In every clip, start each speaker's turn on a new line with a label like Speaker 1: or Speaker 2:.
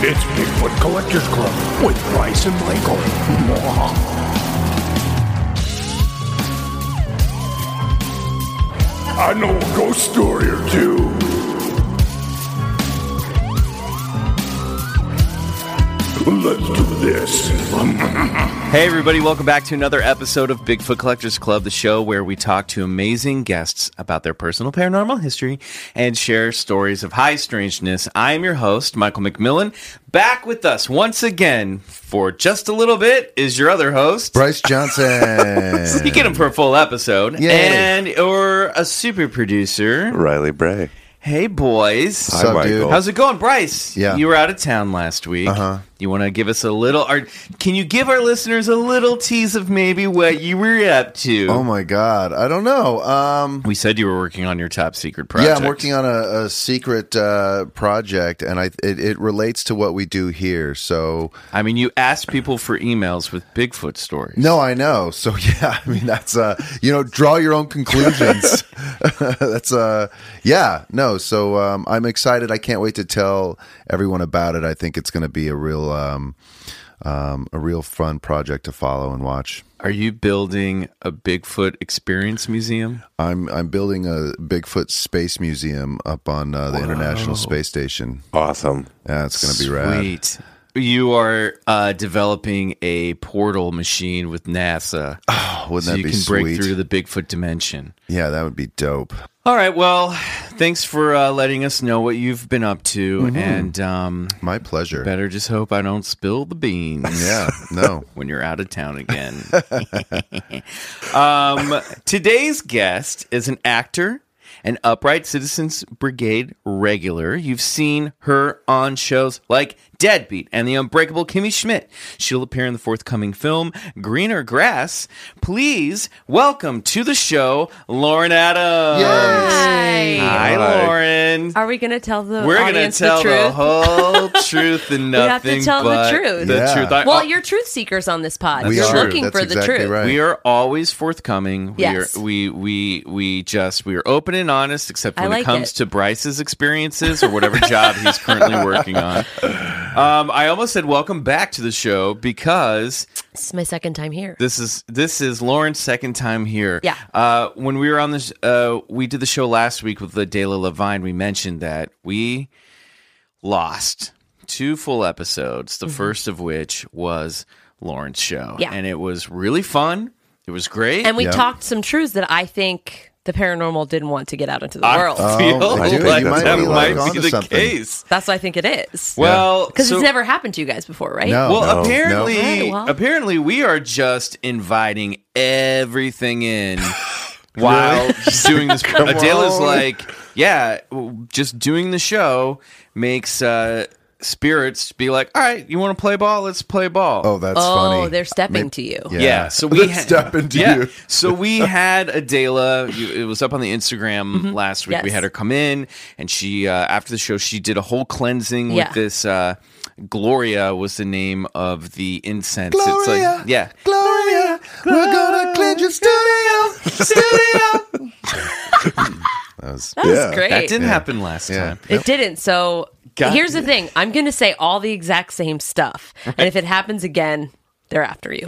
Speaker 1: It's Bigfoot Collectors Club with Bryce and Michael. I know a ghost story or two. Let's do this.
Speaker 2: Hey, everybody, welcome back to another episode of Bigfoot Collectors Club, the show where we talk to amazing guests about their personal paranormal history and share stories of high strangeness. I am your host, Michael McMillan. Back with us once again for just a little bit is your other host.
Speaker 3: Bryce Johnson.
Speaker 2: You get him for a full episode.
Speaker 3: Yay.
Speaker 2: And or a super producer.
Speaker 4: Riley Bray.
Speaker 2: Hey, boys.
Speaker 3: What's up,
Speaker 4: Michael.
Speaker 3: dude?
Speaker 2: How's it going, Bryce?
Speaker 3: Oh. Yeah.
Speaker 2: You were out of town last week.
Speaker 3: Uh-huh.
Speaker 2: You want to give us a little, or can you give our listeners a little tease of maybe what you were up to?
Speaker 3: oh my god, I don't know. Um,
Speaker 2: we said you were working on your top secret project.
Speaker 3: Yeah, I'm working on a, a secret uh, project, and I it, it relates to what we do here. So
Speaker 2: I mean, you asked people for emails with Bigfoot stories.
Speaker 3: no, I know. So yeah, I mean that's uh, you know draw your own conclusions. that's uh, yeah, no. So um, I'm excited. I can't wait to tell everyone about it. I think it's going to be a real um, um, a real fun project to follow and watch.
Speaker 2: Are you building a Bigfoot experience museum?
Speaker 3: I'm I'm building a Bigfoot space museum up on uh, the International Space Station.
Speaker 4: Awesome.
Speaker 3: Yeah, it's going to be rad.
Speaker 2: Sweet. You are uh, developing a portal machine with NASA,
Speaker 3: Wouldn't
Speaker 2: so
Speaker 3: that
Speaker 2: you
Speaker 3: Ah, be
Speaker 2: can
Speaker 3: sweet?
Speaker 2: break through the Bigfoot dimension.
Speaker 3: yeah, that would be dope.
Speaker 2: All right. Well, thanks for uh, letting us know what you've been up to, and um,
Speaker 3: My pleasure.
Speaker 2: better just hope I don't spill the beans.
Speaker 3: Yeah, no.
Speaker 2: When you're out of town again. um, today's guest is an actor, an Upright Citizens Brigade regular. You've seen her on shows like Deadbeat and The Unbreakable Kimmy Schmidt. She'll appear in the forthcoming film Greener Grass. Please welcome to the show Lauren Adams. Hi,
Speaker 4: Hi.
Speaker 2: Lauren.
Speaker 5: Are we going to tell the
Speaker 2: We're gonna
Speaker 5: audience
Speaker 2: tell
Speaker 5: the truth?
Speaker 2: whole truth and
Speaker 5: We have to
Speaker 2: nothing
Speaker 5: tell the
Speaker 2: but
Speaker 5: truth.
Speaker 2: The
Speaker 3: Yeah.
Speaker 2: truth. I-
Speaker 5: well, you're truth seekers on this pod.
Speaker 2: We
Speaker 5: you're
Speaker 2: are.
Speaker 5: looking
Speaker 3: That's
Speaker 5: for the
Speaker 3: exactly
Speaker 5: truth.
Speaker 3: right.
Speaker 2: We are always forthcoming. We
Speaker 5: Yes.
Speaker 2: are we we we just we are open and honest, except
Speaker 5: I
Speaker 2: when it
Speaker 5: like
Speaker 2: comes
Speaker 5: it.
Speaker 2: to Bryce's experiences or whatever job he's currently working on. Um, I almost said welcome back to the show because
Speaker 5: It's my second time here.
Speaker 2: this is this is Lauren's second time here.
Speaker 5: Yeah.
Speaker 2: Uh, when we were on this, uh, we did the show last week with the Dela Levine. We mentioned that we lost two full episodes. The first of which was Lauren's show.
Speaker 5: Mm-hmm. Yeah.
Speaker 2: And it was really fun. It was great.
Speaker 5: and we
Speaker 3: Yeah.
Speaker 5: talked some truths that I think the paranormal didn't want to get out into the
Speaker 2: I
Speaker 5: world.
Speaker 2: feel
Speaker 3: Oh,
Speaker 4: I
Speaker 2: like
Speaker 4: do. You might
Speaker 2: that
Speaker 4: be, like,
Speaker 2: might be
Speaker 3: onto
Speaker 2: the
Speaker 3: something.
Speaker 2: case.
Speaker 5: That's what I think it is.
Speaker 2: Well,
Speaker 5: because
Speaker 2: so-
Speaker 5: it's never happened to you guys before, right?
Speaker 3: No.
Speaker 2: Well,
Speaker 4: no,
Speaker 2: apparently,
Speaker 5: no. Right, well.
Speaker 2: apparently, we are just inviting everything in while doing this. Adele is
Speaker 3: on.
Speaker 2: like, yeah, w- just doing the show makes uh, spirits be like, all right, you want to play ball? Let's play ball.
Speaker 3: Oh, that's funny.
Speaker 5: oh, they're stepping
Speaker 3: Maybe-
Speaker 5: to you.
Speaker 3: Yeah.
Speaker 2: Yeah. So we
Speaker 3: They're stepping to you.
Speaker 2: So we had Adela. You, it was up on the Instagram last week. We
Speaker 5: Mm-hmm. Yes.
Speaker 2: had her come in, and she uh, after the show she did a whole cleansing
Speaker 5: Yeah.
Speaker 2: with this. Uh, Gloria was the name of the incense. It's
Speaker 3: Gloria.
Speaker 2: like yeah.
Speaker 3: Gloria, we're gonna cleanse your studio.
Speaker 2: that
Speaker 3: That was,
Speaker 5: That was
Speaker 3: yeah.
Speaker 5: great.
Speaker 2: didn't happen last
Speaker 3: Yeah.
Speaker 2: time.
Speaker 5: It didn't. So
Speaker 2: Got
Speaker 5: here's
Speaker 2: it.
Speaker 5: the thing: I'm going to say all the exact same stuff, and if it happens again, They're after you.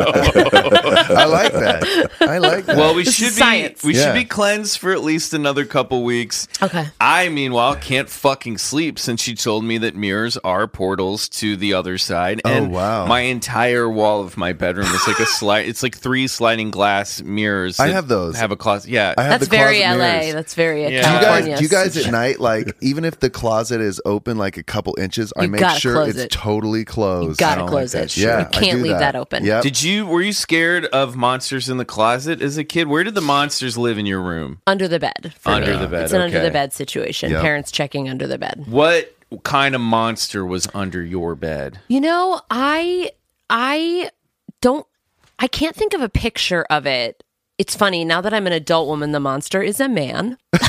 Speaker 3: I like that. I like that.
Speaker 2: Well, we
Speaker 5: This is
Speaker 2: should be
Speaker 5: science.
Speaker 2: we
Speaker 3: Yeah.
Speaker 2: should be cleansed for at least another couple weeks.
Speaker 5: Okay.
Speaker 2: I meanwhile can't fucking sleep since she told me that mirrors are portals to the other side.
Speaker 3: Oh,
Speaker 2: and
Speaker 3: wow.
Speaker 2: My entire wall of my bedroom is like a slide. It's like three sliding glass mirrors.
Speaker 3: I
Speaker 2: that
Speaker 3: have those.
Speaker 2: Have a closet. Yeah.
Speaker 3: I have
Speaker 5: That's
Speaker 3: the
Speaker 5: very LA.
Speaker 3: closet mirrors.
Speaker 5: That's very
Speaker 2: Yeah.
Speaker 3: do you guys,
Speaker 5: California.
Speaker 3: do you guys at night like even if the closet is open like a couple inches, I
Speaker 5: You
Speaker 3: make
Speaker 5: gotta
Speaker 3: sure
Speaker 5: close
Speaker 3: it's
Speaker 5: it.
Speaker 3: totally closed.
Speaker 5: gotta
Speaker 3: I don't
Speaker 5: close
Speaker 3: that
Speaker 5: it.
Speaker 3: shit. Yeah,
Speaker 5: You can't
Speaker 3: I do
Speaker 5: leave that open.
Speaker 3: Yep.
Speaker 2: Did you were you scared of monsters in the closet as a kid? Where did the monsters live in your room?
Speaker 5: under the bed. for
Speaker 2: Under
Speaker 5: me.
Speaker 2: the bed,
Speaker 5: It's an under
Speaker 2: okay.
Speaker 5: the bed situation.
Speaker 3: Yep.
Speaker 5: Parents checking under the bed.
Speaker 2: What kind of monster was under your bed?
Speaker 5: You know, I I don't I can't think of a picture of it. It's funny now that I'm an adult woman. The monster is a man.
Speaker 2: He's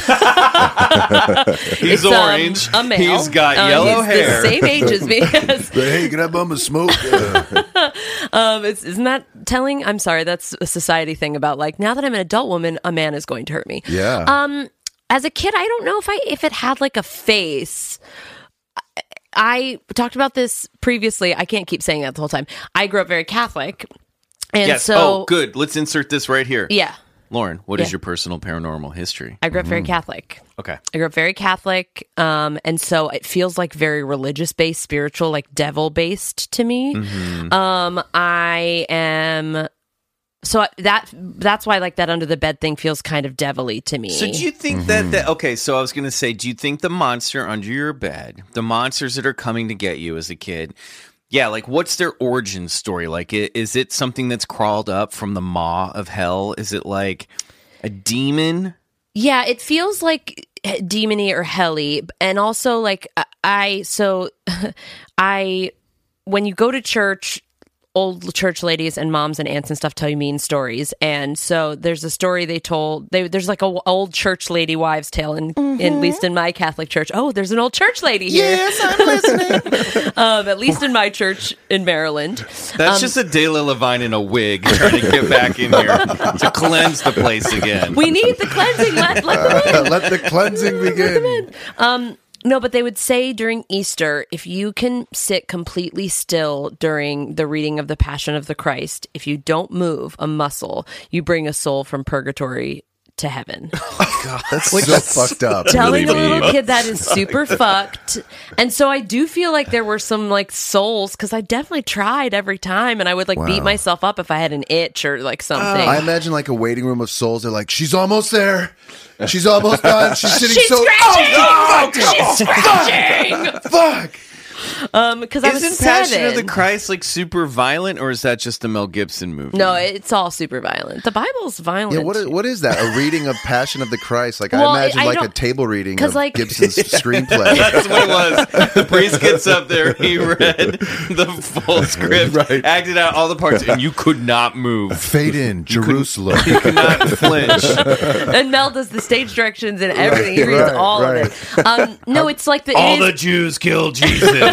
Speaker 5: It's, um,
Speaker 2: orange.
Speaker 5: a male.
Speaker 2: He's got
Speaker 5: Uh,
Speaker 2: yellow
Speaker 5: he's
Speaker 2: hair.
Speaker 5: The same age as me. Yes.
Speaker 3: hey, can I bum a smoke? Uh,
Speaker 5: Um, it's, isn't that telling? I'm sorry. That's a society thing about like now that I'm an adult woman, a man is going to hurt me. Um,
Speaker 3: yeah.
Speaker 5: as a kid, I don't know if I if it had like a face. I- I talked about this previously. I can't keep saying that the whole time. I grew up very Catholic, and
Speaker 2: yes.
Speaker 5: so
Speaker 2: oh, good. Let's insert this right here.
Speaker 5: yeah,
Speaker 2: Lauren, what is
Speaker 5: Yeah.
Speaker 2: your personal paranormal history?
Speaker 5: I grew up very Catholic.
Speaker 2: Okay.
Speaker 5: I grew up very Catholic, um, and so it feels like very religious based, spiritual, like devil based to me. Um, I am so I- that that's why like that under the bed thing feels kind of devilly to me.
Speaker 2: So do you think that that okay, so I was going to say do you think the monster under your bed, the monsters that are coming to get you as a kid, yeah, like what's their origin story? Like i- is it something that's crawled up from the maw of hell? Is it like a demon?
Speaker 5: Yeah, it feels like eh, demony or helly, and also like I- I so I when you go to church, old church ladies and moms and aunts and stuff tell you mean stories, and so there's a story they told. They, there's like a w- old church lady wives' tale, in, in at least in my Catholic church. Oh, there's an old church lady here. Yes, I'm listening. um, at least in my church in Maryland.
Speaker 2: That's
Speaker 5: Um,
Speaker 2: just a De La Levine in a wig trying to get back in here to cleanse the place again.
Speaker 5: We need the cleansing. Let, let them in.
Speaker 3: Let the cleansing begin.
Speaker 5: No, but they would say during Easter, if you can sit completely still during the reading of the Passion of the Christ, if you don't move a muscle, you bring a soul from purgatory to heaven.
Speaker 3: That's so fucked up.
Speaker 5: Telling a little kid that is super fucked. And so I do feel like there were some like souls because I definitely tried every time and I would like beat
Speaker 3: Wow.
Speaker 5: myself up if I had an itch or like something.
Speaker 3: I imagine like a waiting room of souls. They're like, she's almost there. She's almost done. She's sitting
Speaker 5: She's
Speaker 3: so.
Speaker 5: scratching!
Speaker 3: Oh, no! Fuck!
Speaker 5: She's scratching!
Speaker 3: Fuck!
Speaker 5: Um, because I was
Speaker 2: Isn't Passion of the
Speaker 5: seven.
Speaker 2: Christ like super violent or is that just the Mel Gibson movie?
Speaker 5: no, it's all super violent. The Bible's violent.
Speaker 3: Yeah, what is, what is that? A reading of Passion of the Christ? Like
Speaker 5: Well,
Speaker 3: I imagine
Speaker 5: I
Speaker 3: like a
Speaker 5: don't-
Speaker 3: table reading
Speaker 5: 'cause,
Speaker 3: of
Speaker 5: like-
Speaker 3: Gibson's screenplay.
Speaker 2: That's what it was. The priest gets up there. He read the full script,
Speaker 3: Right.
Speaker 2: acted out all the parts, and you could not move.
Speaker 3: Fade in Jerusalem.
Speaker 2: You could not flinch.
Speaker 5: and Mel does the stage directions and everything. He
Speaker 3: Right,
Speaker 5: reads
Speaker 3: right,
Speaker 5: all
Speaker 3: right.
Speaker 5: of it. Um, no, it's like the,
Speaker 2: All
Speaker 5: it
Speaker 2: the
Speaker 5: is,
Speaker 2: Jews killed Jesus.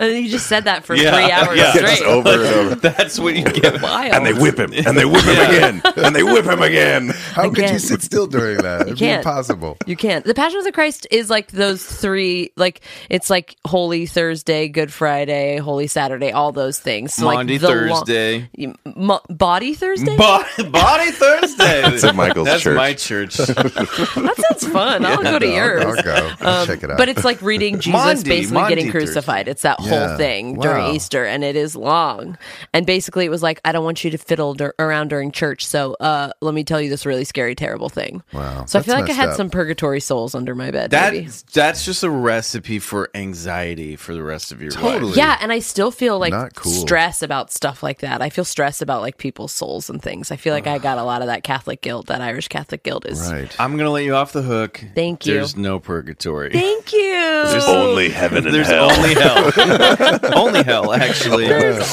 Speaker 5: uh, you just said that for
Speaker 2: Yeah,
Speaker 5: three hours
Speaker 2: yeah.
Speaker 5: straight.
Speaker 2: It's
Speaker 4: over and over.
Speaker 2: That's what you get.
Speaker 5: Wild.
Speaker 4: And they whip him, and they whip him again, and they whip him again.
Speaker 3: How could you
Speaker 5: Again.
Speaker 3: sit still during that? It'd be
Speaker 5: can't.
Speaker 3: impossible.
Speaker 5: you can't. The Passion of the Christ is like those three, like it's like Holy Thursday, Good Friday, Holy Saturday, all those things. So
Speaker 2: Maundy
Speaker 5: like the lo-
Speaker 2: Thursday.
Speaker 5: You- mo- body Thursday.
Speaker 2: Body, body Thursday. That's
Speaker 4: at Michael's church.
Speaker 2: my church.
Speaker 5: that sounds fun. I'll go to yours.
Speaker 3: I'll go. I'll check it out.
Speaker 5: Um, But it's like reading Jesus
Speaker 2: Maundy-
Speaker 5: basically
Speaker 2: Maundy
Speaker 5: getting
Speaker 2: Thursday.
Speaker 5: crucified. It's that
Speaker 3: Yeah.
Speaker 5: whole thing during
Speaker 3: Wow.
Speaker 5: Easter, and it is long. And basically, it was like, I don't want you to fiddle dur- around during church, so uh, let me tell you this really scary, terrible thing.
Speaker 3: Wow.
Speaker 5: So I
Speaker 3: That's
Speaker 5: feel like I
Speaker 3: messed
Speaker 5: had
Speaker 3: up.
Speaker 5: some purgatory souls under my bed. maybe.
Speaker 2: That that's just a recipe for anxiety for the rest of your
Speaker 3: Totally.
Speaker 2: life.
Speaker 5: Yeah, and I still feel like
Speaker 3: Not cool.
Speaker 5: stress about stuff like that. I feel stress about like people's souls and things. I feel like I got a lot of that Catholic guilt, that Irish Catholic guilt is.
Speaker 3: right.
Speaker 2: I'm gonna let you off the hook.
Speaker 5: Thank you.
Speaker 2: There's no purgatory.
Speaker 5: Thank you.
Speaker 4: Only heaven and
Speaker 2: There's
Speaker 4: hell.
Speaker 2: only hell. only hell, actually.
Speaker 5: There's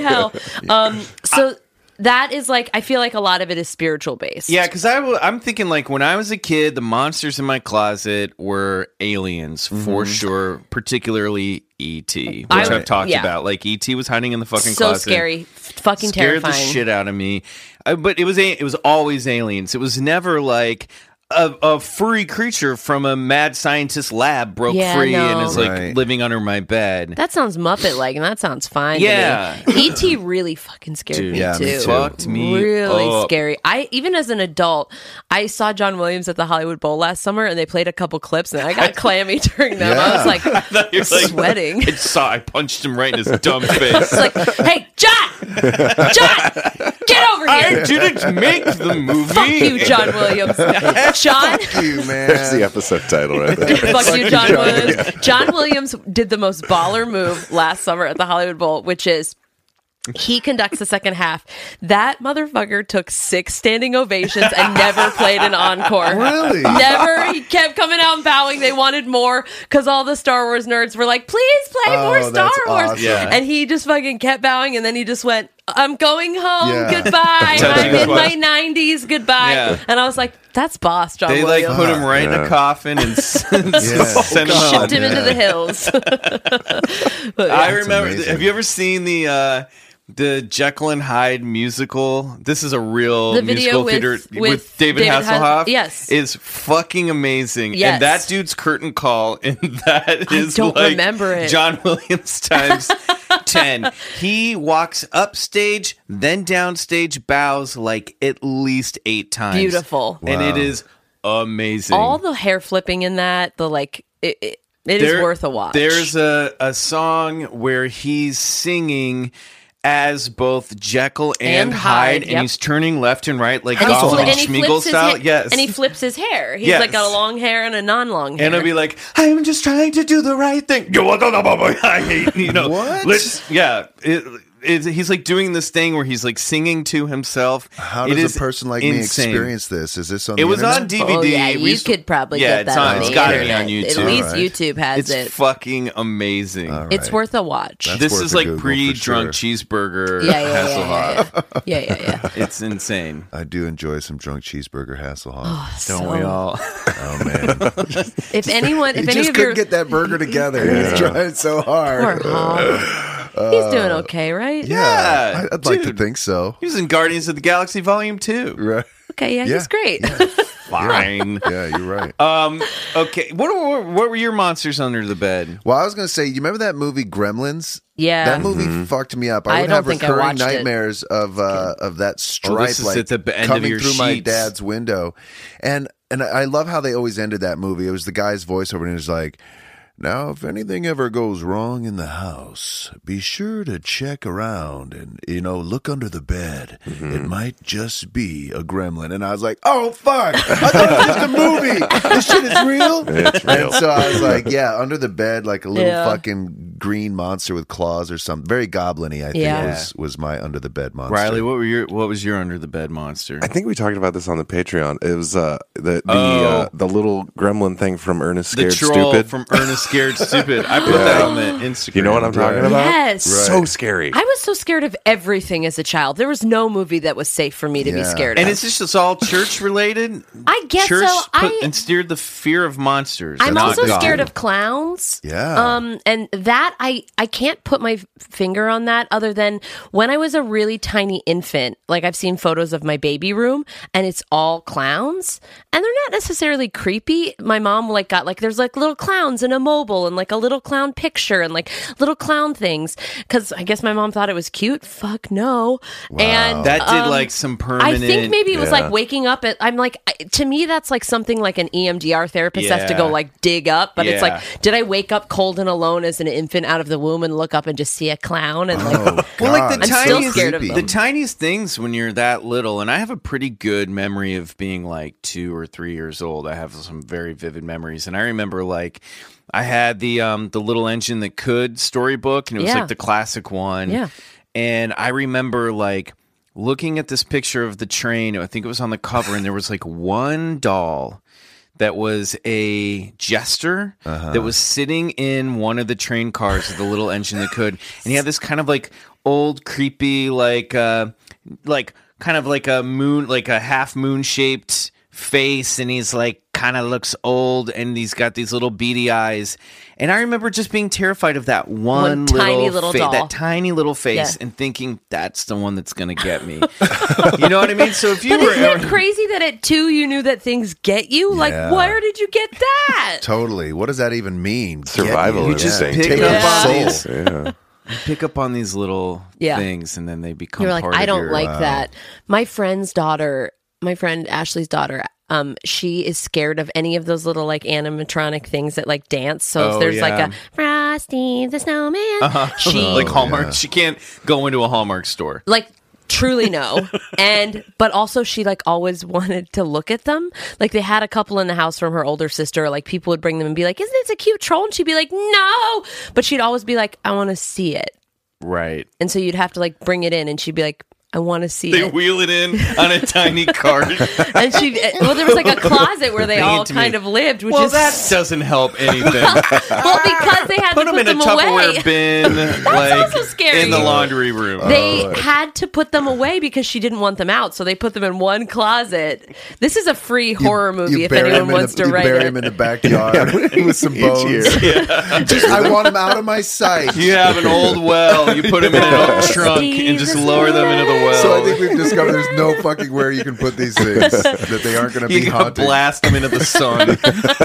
Speaker 5: hell. Um, so that is like I feel like a lot of it is spiritual based.
Speaker 2: Yeah, because I w- I'm thinking like when I was a kid, the monsters in my closet were aliens for sure, particularly ET, which I,
Speaker 5: Mm-hmm. I-
Speaker 2: have talked
Speaker 5: yeah.
Speaker 2: about. Like ET was hiding in the fucking
Speaker 5: so
Speaker 2: closet.
Speaker 5: scary, f- fucking
Speaker 2: Scared
Speaker 5: terrifying.
Speaker 2: the shit out of me, Uh, but it was a- it was always aliens. It was never like a, a furry creature from a mad scientist lab broke
Speaker 5: Yeah,
Speaker 2: free and
Speaker 5: no.
Speaker 2: is like
Speaker 3: Right.
Speaker 2: living under my bed.
Speaker 5: That sounds Muppet like, and that sounds fine.
Speaker 2: Yeah.
Speaker 5: to me. ET really fucking scared
Speaker 2: Dude,
Speaker 5: me
Speaker 3: yeah,
Speaker 5: too.
Speaker 3: me too.
Speaker 2: Fucked me
Speaker 5: really
Speaker 2: up.
Speaker 5: scary. I even as an adult, I saw John Williams at the Hollywood Bowl last summer, and they played a couple clips, and I got clammy during them. I was
Speaker 3: Yeah.
Speaker 5: like,
Speaker 2: You're like-
Speaker 5: sweating.
Speaker 2: I saw. I punched him right in his dumb face.
Speaker 5: it's like, hey, John, John, get over
Speaker 2: I
Speaker 5: here.
Speaker 2: didn't make the movie.
Speaker 5: Fuck you, John Williams. John.
Speaker 3: you, man.
Speaker 4: There's the episode title right there.
Speaker 5: Fuck you, John Williams. John Williams did the most baller move last summer at the Hollywood Bowl, which is he conducts the second half. That motherfucker took six standing ovations and never played an encore.
Speaker 3: Really?
Speaker 5: Never. He kept coming out and bowing. They wanted more because all the Star Wars nerds were like, please play
Speaker 3: Oh,
Speaker 5: more Star
Speaker 3: that's
Speaker 5: Wars.
Speaker 3: awesome. Yeah.
Speaker 5: And he just fucking kept bowing and then he just went, I'm going home.
Speaker 3: Yeah.
Speaker 5: Goodbye.
Speaker 2: Touching
Speaker 5: I'm
Speaker 2: his
Speaker 5: in my 90s. Goodbye.
Speaker 2: Yeah.
Speaker 5: And I was like, that's boss, John
Speaker 2: They like
Speaker 5: Williams.
Speaker 2: put him right in a
Speaker 4: Yeah.
Speaker 2: coffin and s- sent him home.
Speaker 5: shipped him into the hills. But,
Speaker 2: I
Speaker 5: yeah.
Speaker 2: remember.
Speaker 3: amazing.
Speaker 2: Have you ever seen the uh, the Jekyll and Hyde musical? This is a real
Speaker 5: The video
Speaker 2: musical
Speaker 5: with-
Speaker 2: theater
Speaker 5: with
Speaker 2: David,
Speaker 5: David Has-
Speaker 2: Hasselhoff.
Speaker 5: yes.
Speaker 2: is fucking amazing.
Speaker 5: Yes.
Speaker 2: and that dude's curtain call, and that
Speaker 5: I
Speaker 2: is
Speaker 5: don't
Speaker 2: like
Speaker 5: remember it.
Speaker 2: John Williams times ten. He walks upstage, then downstage, bows like at least eight times.
Speaker 5: Beautiful.
Speaker 2: and it is amazing.
Speaker 5: All the hair flipping in that, the like, it, it, it is
Speaker 2: There-
Speaker 5: worth a watch.
Speaker 2: There's a, a song where he's singing as both Jekyll and,
Speaker 5: And Hyde,
Speaker 2: Hyde, and
Speaker 5: yep.
Speaker 2: he's turning left and right like
Speaker 5: and he,
Speaker 2: Gollum
Speaker 5: fli-
Speaker 2: and
Speaker 5: and he
Speaker 2: Schmeagle
Speaker 5: flips his
Speaker 2: style.
Speaker 5: hair,
Speaker 2: yes.
Speaker 5: and he flips his hair. He's
Speaker 2: Yes.
Speaker 5: like got a long hair and a non-long hair.
Speaker 2: and it'll be like, I'm just trying to do the right thing. You want to know about my- I hate you know.
Speaker 3: What?
Speaker 2: let's- yeah. It, it's- he's like doing this thing where he's like singing to himself.
Speaker 3: How
Speaker 2: It
Speaker 3: does
Speaker 2: is
Speaker 3: a person like me
Speaker 2: insane.
Speaker 3: experience this? Is this
Speaker 2: It
Speaker 3: on? the
Speaker 2: was on
Speaker 3: internet?
Speaker 2: DVD.
Speaker 5: Oh yeah, you
Speaker 2: We used-
Speaker 5: could probably
Speaker 2: yeah,
Speaker 5: get
Speaker 2: it's
Speaker 5: that
Speaker 2: on-
Speaker 5: on,
Speaker 2: it's
Speaker 5: the
Speaker 2: gotta be
Speaker 5: internet.
Speaker 2: on YouTube.
Speaker 5: At least
Speaker 3: Alright.
Speaker 5: YouTube has
Speaker 2: It's
Speaker 5: it.
Speaker 2: fucking amazing.
Speaker 5: It's worth a watch.
Speaker 3: That's
Speaker 2: This
Speaker 3: worth
Speaker 2: is
Speaker 3: a
Speaker 2: like
Speaker 3: Google for
Speaker 2: pre-drunk
Speaker 3: sure.
Speaker 2: cheeseburger
Speaker 5: yeah, yeah,
Speaker 2: Hasselhoff.
Speaker 5: yeah, yeah, yeah, yeah, yeah, yeah.
Speaker 2: It's insane.
Speaker 3: I do enjoy some drunk cheeseburger Hasselhoff.
Speaker 5: So,
Speaker 4: Um,
Speaker 2: all?
Speaker 3: Oh man,
Speaker 5: If anyone, if
Speaker 3: he
Speaker 5: any
Speaker 3: just
Speaker 5: of your
Speaker 3: couldn't get that burger together. He's trying so
Speaker 5: Poor
Speaker 3: hard.
Speaker 5: Hong. he's doing okay, right?
Speaker 2: Uh, Yeah,
Speaker 3: I- I'd like to
Speaker 2: dude.
Speaker 3: think so.
Speaker 2: He was in Guardians of the Galaxy Volume 2.
Speaker 3: Right?
Speaker 5: Oh, Okay, yeah,
Speaker 3: Yeah.
Speaker 5: he's great.
Speaker 2: Fine.
Speaker 3: Yeah, you're right.
Speaker 2: um, okay. What were, what were your monsters under the bed?
Speaker 3: Well, I was going to say, you remember that movie Gremlins?
Speaker 5: Yeah.
Speaker 3: that movie
Speaker 2: Mm-hmm.
Speaker 3: fucked me up. I,
Speaker 5: I
Speaker 3: would
Speaker 5: don't
Speaker 3: have
Speaker 5: think I
Speaker 3: recurring
Speaker 5: watched it.
Speaker 3: nightmares of uh, of that stripe
Speaker 2: is
Speaker 3: like
Speaker 2: at the b- end of
Speaker 3: coming
Speaker 2: your
Speaker 3: through my
Speaker 2: sheets.
Speaker 3: dad's window, and and I love how they always ended that movie. It was the guy's voiceover, and it was like. Now, if anything ever goes wrong in the house, be sure to check around and, you know, look under the bed.
Speaker 2: Mm-hmm.
Speaker 3: It might just be a gremlin. And I was like, oh, fuck. I thought it was just a movie. This shit is real.
Speaker 4: It's real.
Speaker 3: And so I was like, yeah, under the bed, like a little
Speaker 5: Yeah.
Speaker 3: fucking green monster with claws or something. Very goblin-y, I think
Speaker 5: Yeah.
Speaker 3: was was my under the bed monster.
Speaker 2: Riley, what were your what was your under the bed monster?
Speaker 4: I think we talked about this on the Patreon. It was uh, the the
Speaker 2: Oh.
Speaker 4: uh, the little gremlin thing from Ernest
Speaker 2: the
Speaker 4: Scared
Speaker 2: troll
Speaker 4: Stupid.
Speaker 2: from Ernest Scared Stupid. I put that on the Instagram.
Speaker 4: you know what I'm talking about?
Speaker 5: Yes.
Speaker 4: So scary.
Speaker 5: I was so scared of everything as a child. There was no movie that was safe for me to be
Speaker 3: Yeah.
Speaker 5: scared
Speaker 2: And
Speaker 5: of.
Speaker 2: it's just it's all church related.
Speaker 5: I guess
Speaker 2: church
Speaker 5: so.
Speaker 2: put
Speaker 5: I-
Speaker 2: and steered the fear of monsters.
Speaker 5: I'm
Speaker 2: not
Speaker 5: also
Speaker 2: God.
Speaker 5: scared of clowns.
Speaker 3: Yeah.
Speaker 5: Um, and that I I can't put my f- finger on that other than when I was a really tiny infant. Like I've seen photos of my baby room, and it's all clowns, and they're not necessarily creepy. My mom like got like there's like little clowns in a mobile, and like a little clown picture, and like little clown things. Because I guess my mom thought it was cute. Fuck no. And
Speaker 2: that. Did
Speaker 5: um,
Speaker 2: like some
Speaker 5: I
Speaker 2: permanent.
Speaker 5: think maybe it was
Speaker 4: Yeah.
Speaker 5: like waking up at. I'm like, I- to me, that's like something like an E EMDR therapist has to go
Speaker 2: Yeah.
Speaker 5: like dig up. But it's
Speaker 2: Yeah.
Speaker 5: like, did I wake up cold and alone as an infant out of the womb and look up and just see a clown and like,
Speaker 3: Oh,
Speaker 2: Well, like
Speaker 3: God,
Speaker 2: the
Speaker 3: it's so
Speaker 5: still
Speaker 2: tiniest,
Speaker 5: scared of
Speaker 3: creepy.
Speaker 2: the tiniest things when you're that little, and I have a pretty good memory of being like two or three years old. I have some very vivid memories, and I remember like I had the um the little engine that could storybook, and it was
Speaker 5: Yeah.
Speaker 2: like the classic one.
Speaker 5: Yeah.
Speaker 2: and I remember like looking at this picture of the train. I think it was on the cover, and there was like one doll that was a jester that was sitting in one of the train cars with the little engine that could, and he had this kind of like old, creepy, like, uh, like kind of like a moon, like a half moon shaped face and he's like kind of looks old and he's got these little beady eyes. And I remember just being terrified of that one,
Speaker 5: One tiny little
Speaker 2: fa-
Speaker 5: doll.
Speaker 2: that tiny little face
Speaker 5: Yeah.
Speaker 2: and thinking that's the one that's going to get me. you know what I mean? So if you
Speaker 5: But
Speaker 2: were
Speaker 5: isn't it crazy that at two you knew that things get you? Like,
Speaker 3: Yeah.
Speaker 5: where did you get that?
Speaker 3: Totally. What does that even mean? Get
Speaker 4: Survival
Speaker 3: you.
Speaker 4: of the
Speaker 3: just
Speaker 4: thing.
Speaker 3: Take
Speaker 2: Pick
Speaker 3: your
Speaker 2: up on
Speaker 3: soul.
Speaker 2: these,
Speaker 4: Yeah.
Speaker 2: pick up on these little
Speaker 5: Yeah.
Speaker 2: things, and then they become.
Speaker 5: You're like,
Speaker 2: part
Speaker 5: I
Speaker 2: of
Speaker 5: don't
Speaker 2: your- uh,
Speaker 5: like that. My friend's daughter, my friend Ashley's daughter, um, she is scared of any of those little like animatronic things that like dance. So
Speaker 2: Oh,
Speaker 5: if there's
Speaker 2: yeah.
Speaker 5: like a Frosty the Snowman, she
Speaker 2: like
Speaker 5: like,
Speaker 2: Hallmark. She can't go into a Hallmark store.
Speaker 5: truly no. and but also she like always wanted to look at them. Like they had a couple in the house from her older sister. Like people would bring them and be like, "Isn't this a cute troll?" And she'd be like, "No," but she'd always be like, "I want to see it."
Speaker 2: Right.
Speaker 5: And so you'd have to like bring it in, and she'd be like, "I want to see
Speaker 2: They
Speaker 5: it."
Speaker 2: wheel it in on a tiny cart.
Speaker 5: and she eh, well there was like a closet where they
Speaker 2: Bring
Speaker 5: all
Speaker 2: it to
Speaker 5: kind
Speaker 2: me.
Speaker 5: of lived which
Speaker 2: well,
Speaker 5: is
Speaker 2: that doesn't help anything.
Speaker 5: well because they had
Speaker 2: put
Speaker 5: to
Speaker 2: them in
Speaker 5: put
Speaker 2: a
Speaker 5: them
Speaker 2: Tupperware
Speaker 5: away
Speaker 2: bin, like
Speaker 5: also scary.
Speaker 2: in the laundry room.
Speaker 5: they
Speaker 3: Oh,
Speaker 5: had to put them away because she didn't want them out so they put them in one closet this is a free horror movie if
Speaker 3: bury
Speaker 5: anyone
Speaker 3: him in
Speaker 5: wants
Speaker 3: the,
Speaker 5: to
Speaker 3: you
Speaker 5: write
Speaker 3: bury
Speaker 5: it
Speaker 3: him in the backyard with some
Speaker 4: Each
Speaker 3: bones.
Speaker 4: year.
Speaker 3: I want him out of my sight.
Speaker 2: you have an old well. You put them in an old trunk and just lower them into the well.
Speaker 3: So I think we've discovered there's no fucking where you can put these things that they aren't going to
Speaker 2: you
Speaker 3: be
Speaker 2: can
Speaker 3: haunted.
Speaker 2: blast them into the sun.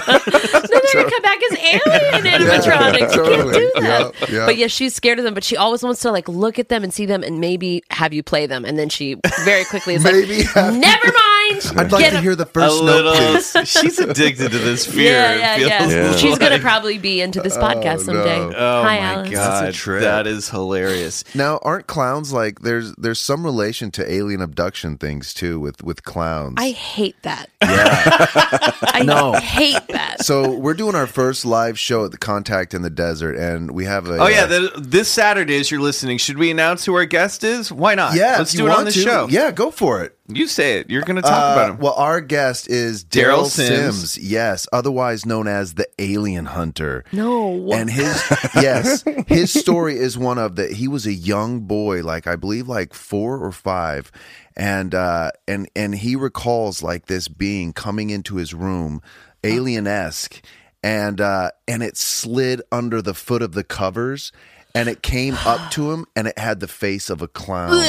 Speaker 5: then they would come back as alien animatronics you can't
Speaker 3: totally.
Speaker 5: do that
Speaker 3: Yeah, yeah.
Speaker 5: but yeah she's scared of them but she always wants to like look at them and see them and maybe have you play them and then she very quickly is
Speaker 3: Maybe
Speaker 5: like
Speaker 3: have-
Speaker 5: never mind
Speaker 3: I'd like
Speaker 5: Get
Speaker 3: to
Speaker 5: a-
Speaker 3: hear the
Speaker 2: a
Speaker 3: first note,
Speaker 2: little.
Speaker 3: please.
Speaker 2: She's addicted to this fear.
Speaker 5: yeah,
Speaker 2: it
Speaker 5: yeah, yeah.
Speaker 2: feels
Speaker 4: Yeah.
Speaker 5: She's gonna
Speaker 2: like.
Speaker 5: probably be into this podcast someday.
Speaker 3: no.
Speaker 2: Oh
Speaker 5: Hi,
Speaker 2: my
Speaker 5: Alice.
Speaker 2: god,
Speaker 3: That's a trip.
Speaker 2: that is hilarious.
Speaker 3: Now, aren't clowns like there's there's some relation to alien abduction things too with with clowns?
Speaker 5: I hate that. I hate that.
Speaker 3: so we're doing our first live show at the Contact in the Desert, and we have a
Speaker 2: Oh yeah,
Speaker 3: uh,
Speaker 2: the, this Saturday as you're listening, should we announce who our guest is? Why not?
Speaker 3: yeah.
Speaker 2: uh, let's
Speaker 3: if
Speaker 2: do
Speaker 3: you
Speaker 2: it on
Speaker 3: want
Speaker 2: the
Speaker 3: to,
Speaker 2: show.
Speaker 3: Yeah, go for it.
Speaker 2: you say it. You're going to talk
Speaker 3: Uh,
Speaker 2: about him.
Speaker 3: Well, our guest is
Speaker 2: Daryl
Speaker 3: Daryl
Speaker 2: Sims.
Speaker 3: Sims. Yes, otherwise known as the Alien Hunter.
Speaker 5: No.
Speaker 3: And his yes, his story is one of that he was a young boy, like I believe like 4 or 5, and uh and and he recalls like this being coming into his room alien-esque and uh and it slid under the foot of the covers and it came up to him and it had the face of a clown.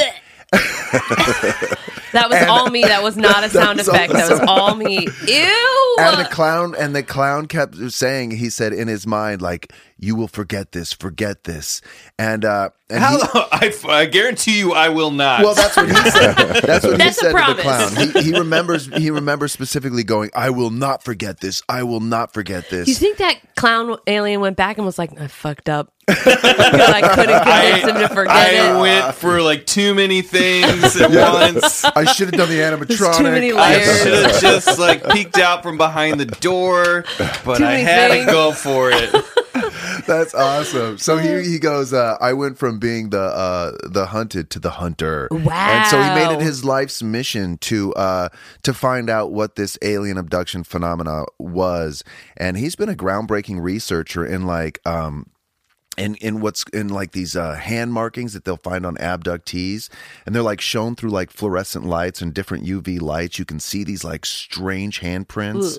Speaker 5: That was all me. That was not a sound
Speaker 3: was
Speaker 5: effect.
Speaker 3: all-
Speaker 5: That was all me. Ew.
Speaker 3: and the clown and the clown kept saying he said in his mind like you will forget this forget this and uh and
Speaker 2: How,
Speaker 3: he-
Speaker 2: I, f- I guarantee you, I will not.
Speaker 3: well that's what he said that's what
Speaker 5: That's
Speaker 3: he said to
Speaker 5: a
Speaker 3: the
Speaker 5: promise.
Speaker 3: clown he, he remembers he remembers specifically going i will not forget this i will not forget this
Speaker 5: you think that clown alien went back and was like, I fucked up. 'Cause I couldn't convince him to forget
Speaker 2: I
Speaker 5: it.
Speaker 2: went for like too many things at once.
Speaker 3: i should have done the animatronic
Speaker 5: too many
Speaker 2: I
Speaker 5: Layers.
Speaker 2: should have just like peeked out from behind the door, but
Speaker 5: Too
Speaker 2: I
Speaker 5: many
Speaker 2: had
Speaker 5: things.
Speaker 2: to go for it.
Speaker 3: That's awesome. So he, he goes, uh, I went from being the uh, the hunted to the hunter. And so he made
Speaker 5: Wow.
Speaker 3: it his life's mission to uh, to find out what this alien abduction phenomena was. And he's been a groundbreaking researcher in like um, in in what's in like these uh, hand markings that they'll find on abductees, and they're like shown through like fluorescent lights and different UV lights. You can see these like strange handprints.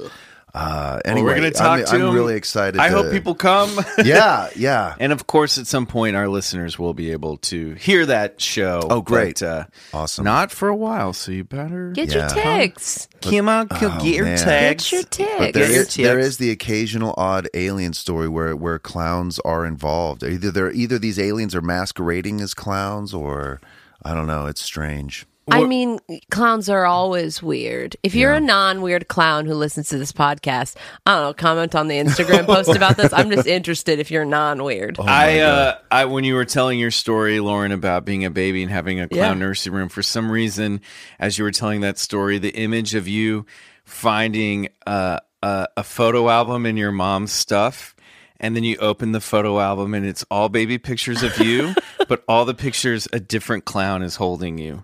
Speaker 3: Uh, anyway,
Speaker 2: We're going to talk
Speaker 3: I'm,
Speaker 2: to
Speaker 3: I'm
Speaker 2: him.
Speaker 3: really excited.
Speaker 2: I
Speaker 3: to-
Speaker 2: hope people come.
Speaker 3: Yeah, yeah.
Speaker 2: And of course, at some point, our listeners will be able to hear that show.
Speaker 3: Oh, great.
Speaker 2: But, uh,
Speaker 3: Awesome.
Speaker 2: Not for a while, so you better
Speaker 5: Get
Speaker 3: Yeah.
Speaker 5: your ticks.
Speaker 2: Come on, come get your
Speaker 3: Oh, man.
Speaker 2: tags.
Speaker 5: Get your
Speaker 3: But
Speaker 5: ticks.
Speaker 3: there
Speaker 2: Get your
Speaker 3: is, there
Speaker 2: tics.
Speaker 3: is the occasional odd alien story where where clowns are involved. Either they're either these aliens are masquerading as clowns, or I don't know. It's strange.
Speaker 5: I mean, clowns are always weird. If you're a non weird clown who listens to this podcast, I don't know, comment on the Instagram post about this. I'm just interested if you're non weird.
Speaker 2: I, uh, I, when you were telling your story, Lauren, about being a baby and having a clown nursery room, for some reason, as you were telling that story, the image of you finding uh, a, a photo album in your mom's stuff, and then you open the photo album and it's all baby pictures of you, but all the pictures a different clown is holding you.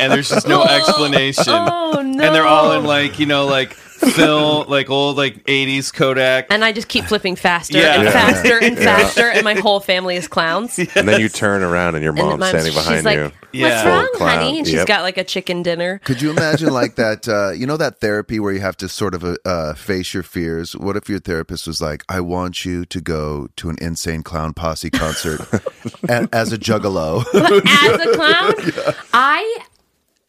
Speaker 2: and there's just no explanation.
Speaker 5: Ah! Oh, no.
Speaker 2: And they're all in like, you know, like film, like old like eighties Kodak.
Speaker 5: And I just keep flipping faster
Speaker 2: Yeah.
Speaker 5: and
Speaker 2: Yeah.
Speaker 5: faster and faster, and my whole family is clowns.
Speaker 4: And then you turn around and your
Speaker 5: And
Speaker 4: mom's
Speaker 5: my-
Speaker 4: standing
Speaker 5: she's
Speaker 4: behind
Speaker 5: like,
Speaker 4: you.
Speaker 5: "What's
Speaker 2: Yeah.
Speaker 5: wrong,
Speaker 4: Full clown.
Speaker 5: honey?" And she's
Speaker 4: Yep.
Speaker 5: got like a chicken dinner.
Speaker 3: Could you imagine like that? Uh, you know that therapy where you have to sort of uh, uh, face your fears. What if your therapist was like, "I want you to go to an insane clown posse concert a- as a juggalo"?
Speaker 5: as a clown. I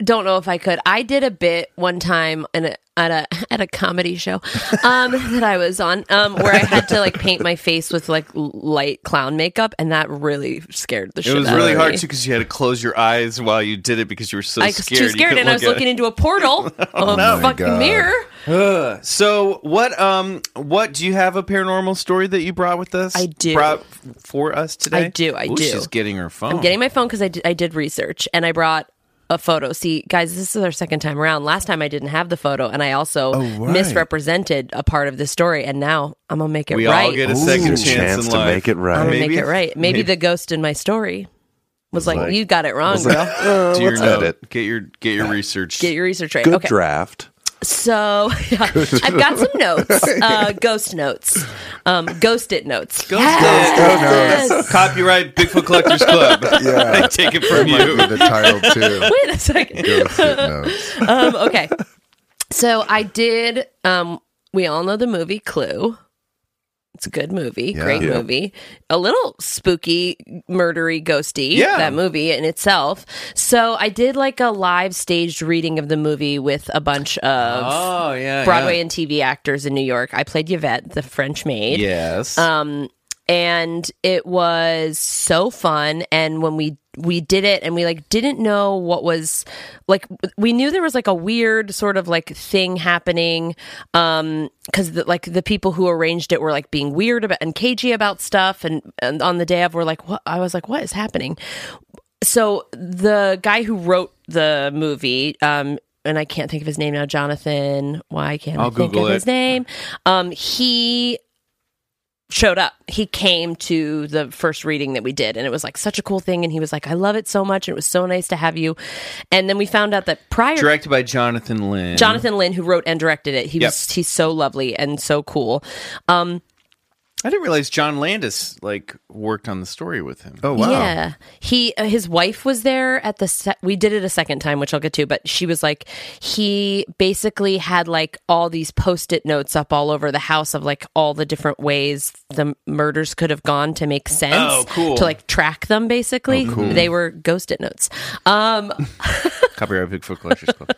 Speaker 5: don't know if I could. I did a bit one time in a, at a at a comedy show um, that I was on um, where I had to like paint my face with like l- light clown makeup, and that really scared the
Speaker 2: it
Speaker 5: shit.
Speaker 2: was
Speaker 5: out
Speaker 2: really
Speaker 5: of
Speaker 2: hard
Speaker 5: me.
Speaker 2: too because you had to close your eyes while you did it because you were so
Speaker 5: I was
Speaker 2: scared.
Speaker 5: too
Speaker 2: you
Speaker 5: scared,
Speaker 2: couldn't
Speaker 5: and I was
Speaker 2: look at
Speaker 5: looking
Speaker 2: it. Oh
Speaker 5: into a portal of a fucking
Speaker 3: God.
Speaker 5: mirror.
Speaker 2: So what um what do you have a paranormal story that you brought with us?
Speaker 5: I do.
Speaker 2: Brought for us today.
Speaker 5: I do, I
Speaker 2: Ooh,
Speaker 5: do.
Speaker 2: She's getting her phone.
Speaker 5: I'm getting my phone because I, di- I did research and I brought a photo. See, guys, this is our second time around. Last time I didn't have the photo and I also
Speaker 3: right.
Speaker 5: misrepresented a part of the story. And now I'm going to make it
Speaker 2: we
Speaker 5: right.
Speaker 2: all get a
Speaker 4: Ooh.
Speaker 2: second
Speaker 4: Chance
Speaker 2: chance in
Speaker 4: to
Speaker 2: life.
Speaker 4: make it right.
Speaker 5: I'm
Speaker 4: I'm
Speaker 5: going to
Speaker 2: Maybe-
Speaker 5: make it right. Maybe, the ghost in my story was like, you got it wrong, girl.
Speaker 2: Do your
Speaker 4: Let's
Speaker 2: note.
Speaker 4: edit.
Speaker 2: Get your get your research.
Speaker 5: Get your research right.
Speaker 4: Good
Speaker 5: okay.
Speaker 4: draft.
Speaker 5: So yeah, I've got some notes, uh, ghost notes, um, ghosted notes.
Speaker 2: Ghost notes. Copyright Bigfoot Collectors Club.
Speaker 3: Yeah.
Speaker 2: I take it from
Speaker 3: Might be
Speaker 2: you.
Speaker 3: the title too.
Speaker 5: Wait a second.
Speaker 3: No.
Speaker 5: um, okay. So I did. Um, we all know the movie Clue. It's a good movie, great
Speaker 4: Yeah.
Speaker 5: movie, a little spooky, murdery, ghosty.
Speaker 2: Yeah.
Speaker 5: that movie in itself. So I did like a live staged reading of the movie with a bunch of
Speaker 2: Oh yeah.
Speaker 5: Broadway and TV actors in New York. I played Yvette, the French maid.
Speaker 2: Yes.
Speaker 5: Um, and it was so fun. And when we we did it, and we like didn't know what was like, we knew there was like a weird sort of like thing happening. Um, because the, like the people who arranged it were like being weird about and cagey about stuff, and, and on the day of, we're like, what? I was like, what is happening? so the guy who wrote the movie um and I can't think of his name now, Jonathan. Why can't i
Speaker 2: I'll
Speaker 5: think
Speaker 2: Google
Speaker 5: of
Speaker 2: it.
Speaker 5: his name? Um, he showed up. He came to the first reading that we did, and it was like such a cool thing. And he was like, "I love it so much, and it was so nice to have you." And then we found out that prior
Speaker 2: Directed by Jonathan Lynn.
Speaker 5: Jonathan Lynn, who wrote and directed it, he
Speaker 2: Yep.
Speaker 5: was he's so lovely and so cool. Um,
Speaker 2: I didn't realize John Landis like worked on the story with him.
Speaker 3: Oh wow.
Speaker 5: Yeah, he uh, his wife was there at the set. We did it a second time, which I'll get to. But she was like, he basically had like all these post-it notes up all over the house of like all the different ways the murders could have gone to make sense.
Speaker 2: Oh, cool.
Speaker 5: To like track them, basically, they were ghost-it notes. Um,
Speaker 2: Copyright Bigfoot Collectors Club.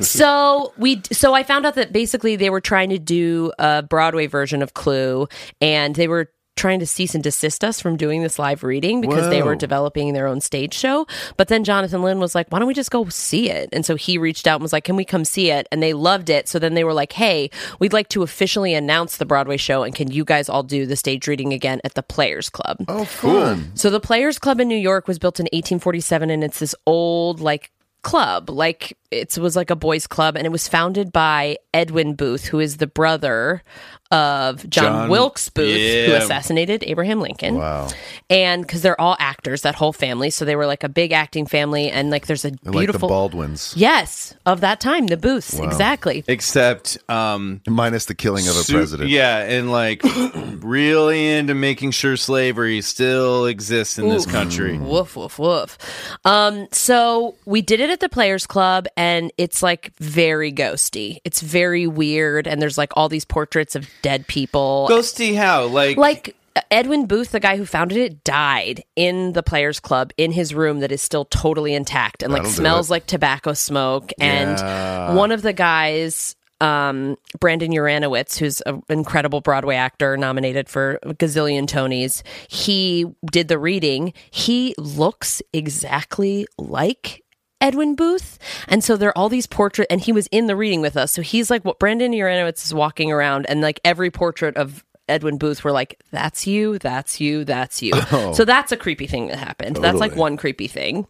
Speaker 5: so we so i found out that basically they were trying to do a broadway version of clue and they were trying to cease and desist us from doing this live reading because they were
Speaker 3: Whoa.
Speaker 5: developing their own stage show but then jonathan lynn was like why don't we just go see it and so he reached out and was like can we come see it and they loved it so then they were like hey we'd like to officially announce the broadway show and can you guys all do the stage reading again at the players club
Speaker 3: Oh, fun.
Speaker 5: so the Players Club in New York was built in 1847 and it's this old like club like it was like a boys club and it was founded by Edwin Booth who is the brother of John,
Speaker 2: John-
Speaker 5: Wilkes Booth who
Speaker 2: Yeah.
Speaker 5: assassinated Abraham Lincoln
Speaker 3: Wow.
Speaker 5: and cuz they're all actors that whole family so they were like a big acting family and like there's a
Speaker 3: They're Like the
Speaker 5: beautiful
Speaker 3: Baldwins,
Speaker 5: yes of that time the Booths exactly
Speaker 2: Except um
Speaker 3: minus the killing of a
Speaker 2: su-
Speaker 3: president.
Speaker 2: Yeah, and like really into making sure slavery still exists in this country.
Speaker 5: Woof, woof, woof. Um, so we did it at the Players Club, and it's like very ghosty. It's very weird, and there's like all these portraits of dead people.
Speaker 2: Ghosty how? Like,
Speaker 5: like Edwin Booth, the guy who founded it, died in the Players Club in his room that is still totally intact and like
Speaker 3: That'll do
Speaker 5: smells
Speaker 3: it.
Speaker 5: like tobacco smoke. And one of the guys, um, Brandon Uranowitz, who's an incredible Broadway actor nominated for a gazillion Tonys, he did the reading. He looks exactly like Edwin Booth. And so there are all these portraits, and he was in the reading with us. So he's like, what Brandon Uranowitz is walking around, and like every portrait of Edwin Booth were like, that's you, that's you, that's you.
Speaker 2: Oh.
Speaker 5: So that's a creepy thing that happened. That's like one creepy thing.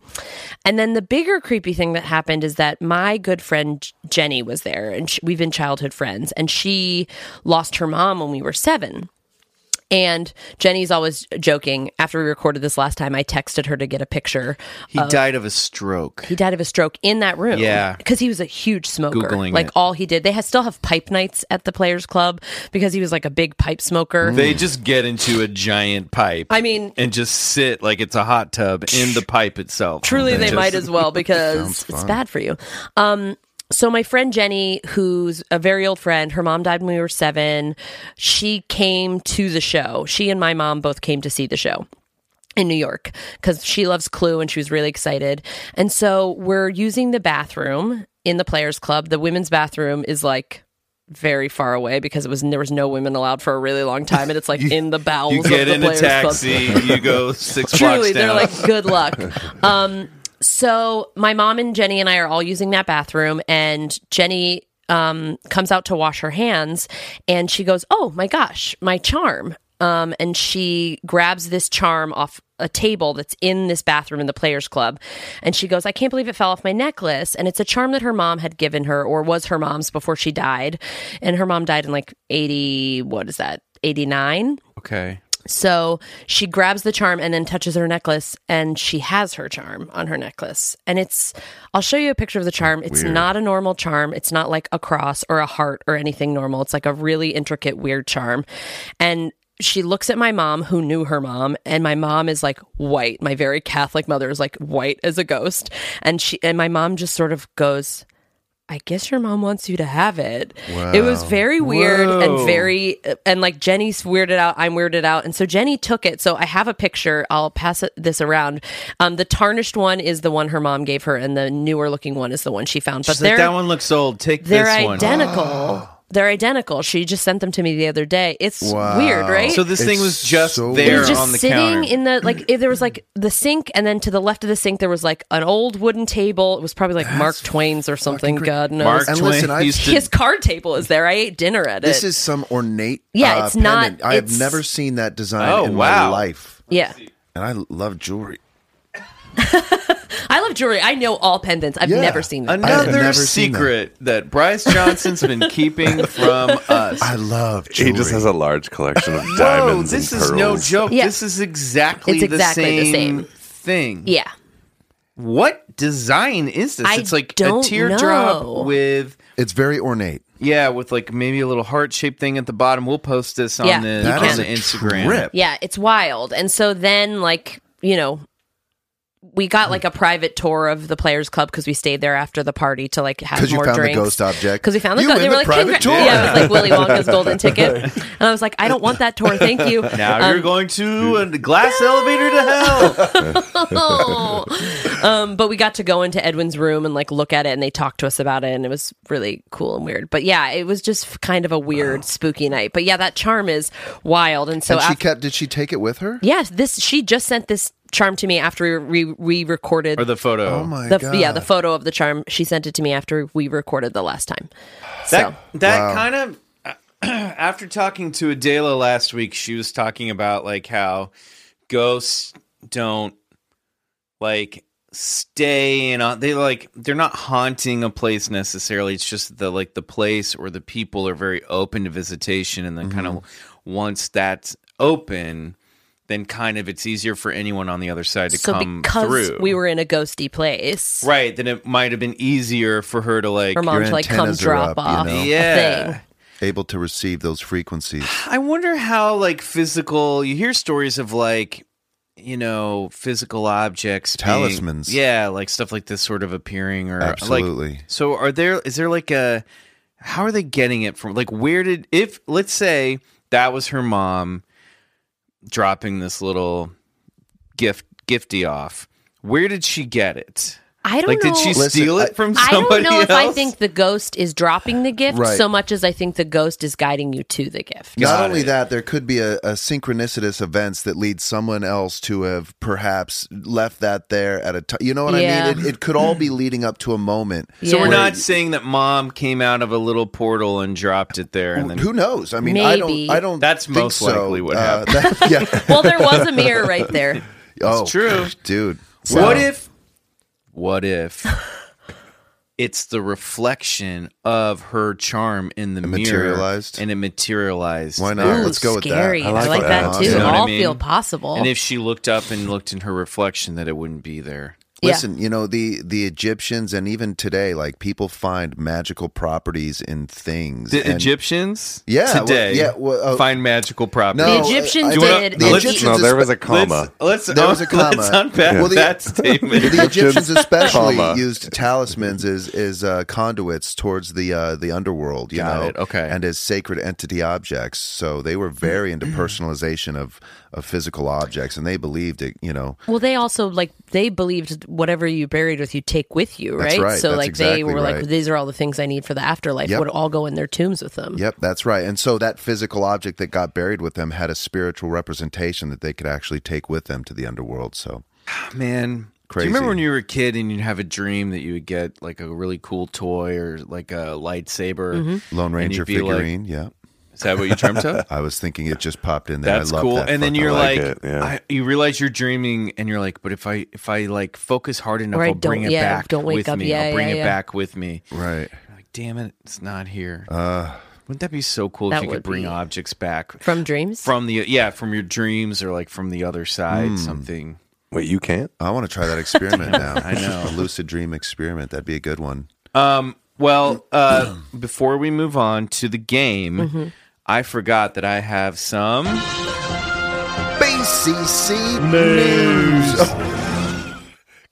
Speaker 5: And then the bigger creepy thing that happened is that my good friend J- Jenny was there, and sh we've been childhood friends, and she lost her mom when we were seven And Jenny's always joking. After we recorded this last time, I texted her to get a picture.
Speaker 2: He died of a stroke.
Speaker 5: He died of a stroke in that room.
Speaker 2: Yeah.
Speaker 5: Because he was a huge smoker.
Speaker 2: Googling
Speaker 5: like
Speaker 2: it.
Speaker 5: all he did. They ha- still have pipe nights at the Players Club because he was like a big pipe smoker.
Speaker 2: They just get into a giant pipe.
Speaker 5: I mean-
Speaker 2: and just sit like it's a hot tub in the pipe itself.
Speaker 5: Truly, they
Speaker 2: Just-
Speaker 5: might as well because it's bad for you. Um, so my friend Jenny, who's a very old friend, her mom died when we were seven. She came to the show. She and my mom both came to see the show in New York because she loves Clue and she was really excited. And so we're using the bathroom in the Players Club. The women's bathroom is like very far away because it was there was no women allowed for a really long time, and it's like in the bowels.
Speaker 2: You get
Speaker 5: of the
Speaker 2: in a
Speaker 5: Players Club.
Speaker 2: taxi. You go six blocks down.
Speaker 5: Truly, they're like, good luck. um, so my mom and Jenny and I are all using that bathroom, and Jenny um, comes out to wash her hands, and she goes, "Oh my gosh, my charm!" Um, and she grabs this charm off a table that's in this bathroom in the Players Club, and she goes, "I can't believe it fell off my necklace." And it's a charm that her mom had given her, or was her mom's before she died, and her mom died in like eighty. What is that? Eighty nine.
Speaker 2: okay.
Speaker 5: So she grabs the charm and then touches her necklace, and she has her charm on her necklace. And it's, I'll show you a picture of the charm. It's not a normal charm. It's not like a cross or a heart or anything normal. It's like a really intricate, weird charm. And she looks at my mom, who knew her mom, and my mom is like white. My very Catholic mother is like white as a ghost. And she, and my mom just sort of goes, I guess your mom wants you to have it. It was very weird and very uh, and like Jenny's weirded out. I'm weirded out, and so Jenny took it. So I have a picture. I'll pass it, this around. Um, the tarnished one is the one her mom gave her, and the newer looking one is the one she found. But
Speaker 2: She's like,
Speaker 5: they're
Speaker 2: that one looks old. Take
Speaker 5: they're
Speaker 2: this one.
Speaker 5: identical. They're identical. She just sent them to me the other day. It's weird, right?
Speaker 2: Oh, So this
Speaker 3: It's
Speaker 2: thing was just there
Speaker 3: so
Speaker 5: it
Speaker 3: weird.
Speaker 5: was just
Speaker 2: on the
Speaker 5: sitting
Speaker 2: counter.
Speaker 5: in the like if there was like the sink and then to the left of the sink there was like an old wooden table it was probably like mark twain's or something god knows
Speaker 2: Mark
Speaker 3: And
Speaker 2: Twain
Speaker 3: listen, I-
Speaker 2: used to
Speaker 5: his card table is there. I ate dinner at
Speaker 3: This
Speaker 5: it.
Speaker 3: is some ornate.
Speaker 5: Yeah,
Speaker 3: uh,
Speaker 5: it's not-
Speaker 3: pendant. I have
Speaker 5: it's-
Speaker 3: never seen that design
Speaker 2: Oh,
Speaker 3: in my
Speaker 2: wow.
Speaker 3: life,
Speaker 5: yeah.
Speaker 3: and I love jewelry.
Speaker 5: I love jewelry. I know all pendants. I've
Speaker 3: Yeah.
Speaker 5: never seen them.
Speaker 3: I've
Speaker 2: Another
Speaker 3: never seen that.
Speaker 2: secret that. Bryce Johnson's been keeping from us.
Speaker 3: I love
Speaker 4: He
Speaker 3: jewelry.
Speaker 4: just has a large collection of
Speaker 2: Whoa,
Speaker 4: diamonds.
Speaker 2: this
Speaker 4: and
Speaker 2: is no
Speaker 4: pearls.
Speaker 2: joke.
Speaker 5: Yeah.
Speaker 2: This is exactly,
Speaker 5: It's exactly
Speaker 2: the,
Speaker 5: the
Speaker 2: same
Speaker 5: same.
Speaker 2: thing.
Speaker 5: yeah.
Speaker 2: What design is this?
Speaker 5: I
Speaker 2: it's like
Speaker 5: don't
Speaker 2: a teardrop
Speaker 5: know.
Speaker 2: with
Speaker 3: it's very ornate.
Speaker 2: yeah, with like maybe a little heart shaped thing at the bottom. We'll post this on
Speaker 5: Yeah,
Speaker 2: the
Speaker 5: you
Speaker 3: That
Speaker 2: on
Speaker 3: is
Speaker 2: the
Speaker 3: a
Speaker 2: Instagram.
Speaker 3: trip.
Speaker 5: Yeah, it's wild. And so then like, you know, we got like a private tour of the Players Club because we stayed there after the party to like have
Speaker 3: Because you
Speaker 5: more
Speaker 3: found
Speaker 5: drinks.
Speaker 3: the ghost object.
Speaker 5: Because we found the
Speaker 3: You
Speaker 5: ghost.
Speaker 3: win
Speaker 5: They were
Speaker 3: the
Speaker 5: like,
Speaker 3: private
Speaker 5: "Congra-
Speaker 3: tour.
Speaker 5: yeah, it was like Willy Wonka's golden ticket. And I was like, I don't want that tour. Thank you.
Speaker 2: Now you're going to a glass elevator to hell.
Speaker 5: um, but we got to go into Edwin's room and like look at it, and they talked to us about it, and it was really cool and weird. But yeah, it was just kind of a weird, spooky night. But yeah, that charm is wild, and so
Speaker 3: and she
Speaker 5: after,
Speaker 3: kept. Did she take it with her?
Speaker 5: yeah, this she just sent this charm to me after we we, we recorded
Speaker 2: or the photo.
Speaker 3: Oh my
Speaker 5: the
Speaker 3: god!
Speaker 5: yeah the photo of the charm. She sent it to me after we recorded the last time.
Speaker 2: That
Speaker 5: so
Speaker 2: that kind of uh, after talking to Adela last week, she was talking about like how ghosts don't like stay and they like they're not haunting a place necessarily. It's just the like the place or the people are very open to visitation, and then kind of
Speaker 5: Mm-hmm.
Speaker 2: once that's open. Then kind of it's easier for anyone on the other side to
Speaker 5: so
Speaker 2: come
Speaker 5: because
Speaker 2: through.
Speaker 5: we were in a ghosty place,
Speaker 2: right, then it might have been easier for her to like
Speaker 5: her mom
Speaker 3: Your
Speaker 5: to like come
Speaker 3: antennas are
Speaker 5: drop
Speaker 3: up, you
Speaker 5: off
Speaker 3: know?
Speaker 5: a
Speaker 2: Yeah.
Speaker 5: thing.
Speaker 3: Able to receive those frequencies.
Speaker 2: I wonder how like physical you hear stories of like you know physical objects being-
Speaker 3: Talismans.
Speaker 2: yeah like stuff like this sort of appearing or like-
Speaker 3: Absolutely.
Speaker 2: so are there is there like a how are they getting it from like where did if let's say that was her mom dropping this little gift gifty off where did she get it
Speaker 5: I don't
Speaker 2: like
Speaker 5: know.
Speaker 2: did she
Speaker 3: Listen,
Speaker 2: steal
Speaker 3: I-
Speaker 2: it from
Speaker 5: I
Speaker 2: somebody
Speaker 5: don't know if I
Speaker 2: else?
Speaker 5: think the ghost is dropping the gift
Speaker 3: Right.
Speaker 5: so much as I think the ghost is guiding you to the gift.
Speaker 3: Not
Speaker 2: Got
Speaker 3: only
Speaker 2: it.
Speaker 3: that, there could be a, a synchronicitous events that leads someone else to have perhaps left that there at a time. You know what
Speaker 5: Yeah.
Speaker 3: I mean? It, it could all be leading up to a moment.
Speaker 2: so we're
Speaker 5: Yeah.
Speaker 2: not saying that mom came out of a little portal and dropped it there and then
Speaker 3: Who knows? I mean, I
Speaker 5: Maybe.
Speaker 3: don't. I don't.
Speaker 2: That's
Speaker 3: think
Speaker 2: most
Speaker 3: so.
Speaker 2: likely what happened.
Speaker 3: that- yeah.
Speaker 5: Well, there was a mirror right there.
Speaker 3: oh,
Speaker 2: true.
Speaker 3: gosh, dude.
Speaker 2: What
Speaker 3: Wow.
Speaker 2: if? What if? it's the reflection of her charm in the mirror
Speaker 3: materialized?
Speaker 2: and it materialized.
Speaker 3: Why not?
Speaker 5: Ooh,
Speaker 3: Let's go with
Speaker 5: scary.
Speaker 3: that.
Speaker 5: I like, that, too.
Speaker 2: You know what I
Speaker 5: All
Speaker 2: mean?
Speaker 5: feel possible.
Speaker 2: And if she looked up and looked in her reflection, that it wouldn't be there.
Speaker 5: Yeah.
Speaker 3: Listen, you know the the Egyptians and even today, like people find magical properties in things.
Speaker 2: The
Speaker 3: and-
Speaker 2: Egyptians,
Speaker 3: Yeah, well,
Speaker 2: today,
Speaker 3: yeah, well, uh,
Speaker 2: find magical properties.
Speaker 3: No, uh,
Speaker 5: The Egyptians
Speaker 3: I-
Speaker 2: Do you wanna-
Speaker 5: did.
Speaker 3: the
Speaker 2: let's-
Speaker 3: Egyptians
Speaker 4: No, there
Speaker 3: espe-
Speaker 4: was a comma.
Speaker 2: Let's, let's
Speaker 3: There was a
Speaker 2: Let's
Speaker 3: comma.
Speaker 2: unpack
Speaker 3: Well, the-
Speaker 2: that statement.
Speaker 3: the Egyptians especially
Speaker 4: Comma.
Speaker 3: used talismans as as uh, conduits towards the uh, the underworld. You
Speaker 2: Got
Speaker 3: know,
Speaker 2: it. Okay.
Speaker 3: and as sacred entity objects. So they were very into personalization of of physical objects, and they believed it. You know,
Speaker 5: well, they also like they believed whatever you buried with you take with you,
Speaker 3: That's
Speaker 5: right?
Speaker 3: right.
Speaker 5: So
Speaker 3: That's
Speaker 5: like
Speaker 3: exactly
Speaker 5: they were
Speaker 3: right.
Speaker 5: like, these are all the things I need for the afterlife.
Speaker 3: Yep.
Speaker 5: Would all go in their tombs with them.
Speaker 3: Yep, that's right. And so that physical object that got buried with them had a spiritual representation that they could actually take with them to the underworld. So
Speaker 2: Man, Do
Speaker 3: Crazy.
Speaker 2: you remember when you were a kid and you'd have a dream that you would get like a really cool toy or like a lightsaber?
Speaker 3: Lone
Speaker 2: and
Speaker 3: Ranger
Speaker 2: you'd be like-
Speaker 3: figurine. yeah,
Speaker 2: is that what you dreamed of?
Speaker 3: I was thinking it just popped in there.
Speaker 2: That's
Speaker 3: I love
Speaker 2: cool.
Speaker 3: that.
Speaker 2: and then
Speaker 3: fucking-
Speaker 2: you're
Speaker 3: I
Speaker 2: like,
Speaker 3: it.
Speaker 4: yeah.
Speaker 2: I, you realize you're dreaming, and you're like, but if I if I like focus hard enough,
Speaker 5: Or I
Speaker 2: I'll bring
Speaker 5: don't-
Speaker 2: it
Speaker 5: yeah,
Speaker 2: back.
Speaker 5: don't wake
Speaker 2: with
Speaker 5: up.
Speaker 2: Me.
Speaker 5: Yeah,
Speaker 2: I'll bring
Speaker 5: yeah,
Speaker 2: it
Speaker 5: yeah.
Speaker 2: back with me.
Speaker 3: right.
Speaker 2: You're like, damn it, it's not here.
Speaker 3: Uh,
Speaker 2: Wouldn't that be so cool
Speaker 5: That
Speaker 2: if you could
Speaker 5: would
Speaker 2: bring
Speaker 5: be-
Speaker 2: objects back
Speaker 5: From dreams.
Speaker 2: from the yeah from your dreams or like from the other side
Speaker 3: Hmm.
Speaker 2: something?
Speaker 4: Wait, you can't?
Speaker 3: I want to try that experiment now. I
Speaker 2: know.
Speaker 3: a lucid dream experiment. That'd be a good one.
Speaker 2: Um, well, uh, before we move on to the game,
Speaker 5: Mm-hmm.
Speaker 2: I forgot that I have some.
Speaker 3: BCC news.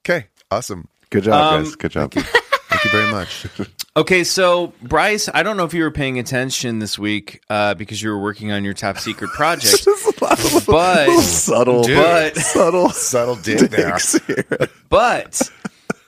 Speaker 3: okay, awesome.
Speaker 4: Good job,
Speaker 2: Um,
Speaker 4: guys. Good job.
Speaker 3: Thank you very much.
Speaker 2: Okay, so Bryce, I don't know if you were paying attention this week uh, because you were working on your top secret project, but
Speaker 4: subtle,
Speaker 2: But-
Speaker 4: subtle,
Speaker 3: Subtle dig there.
Speaker 4: dicks here.
Speaker 2: but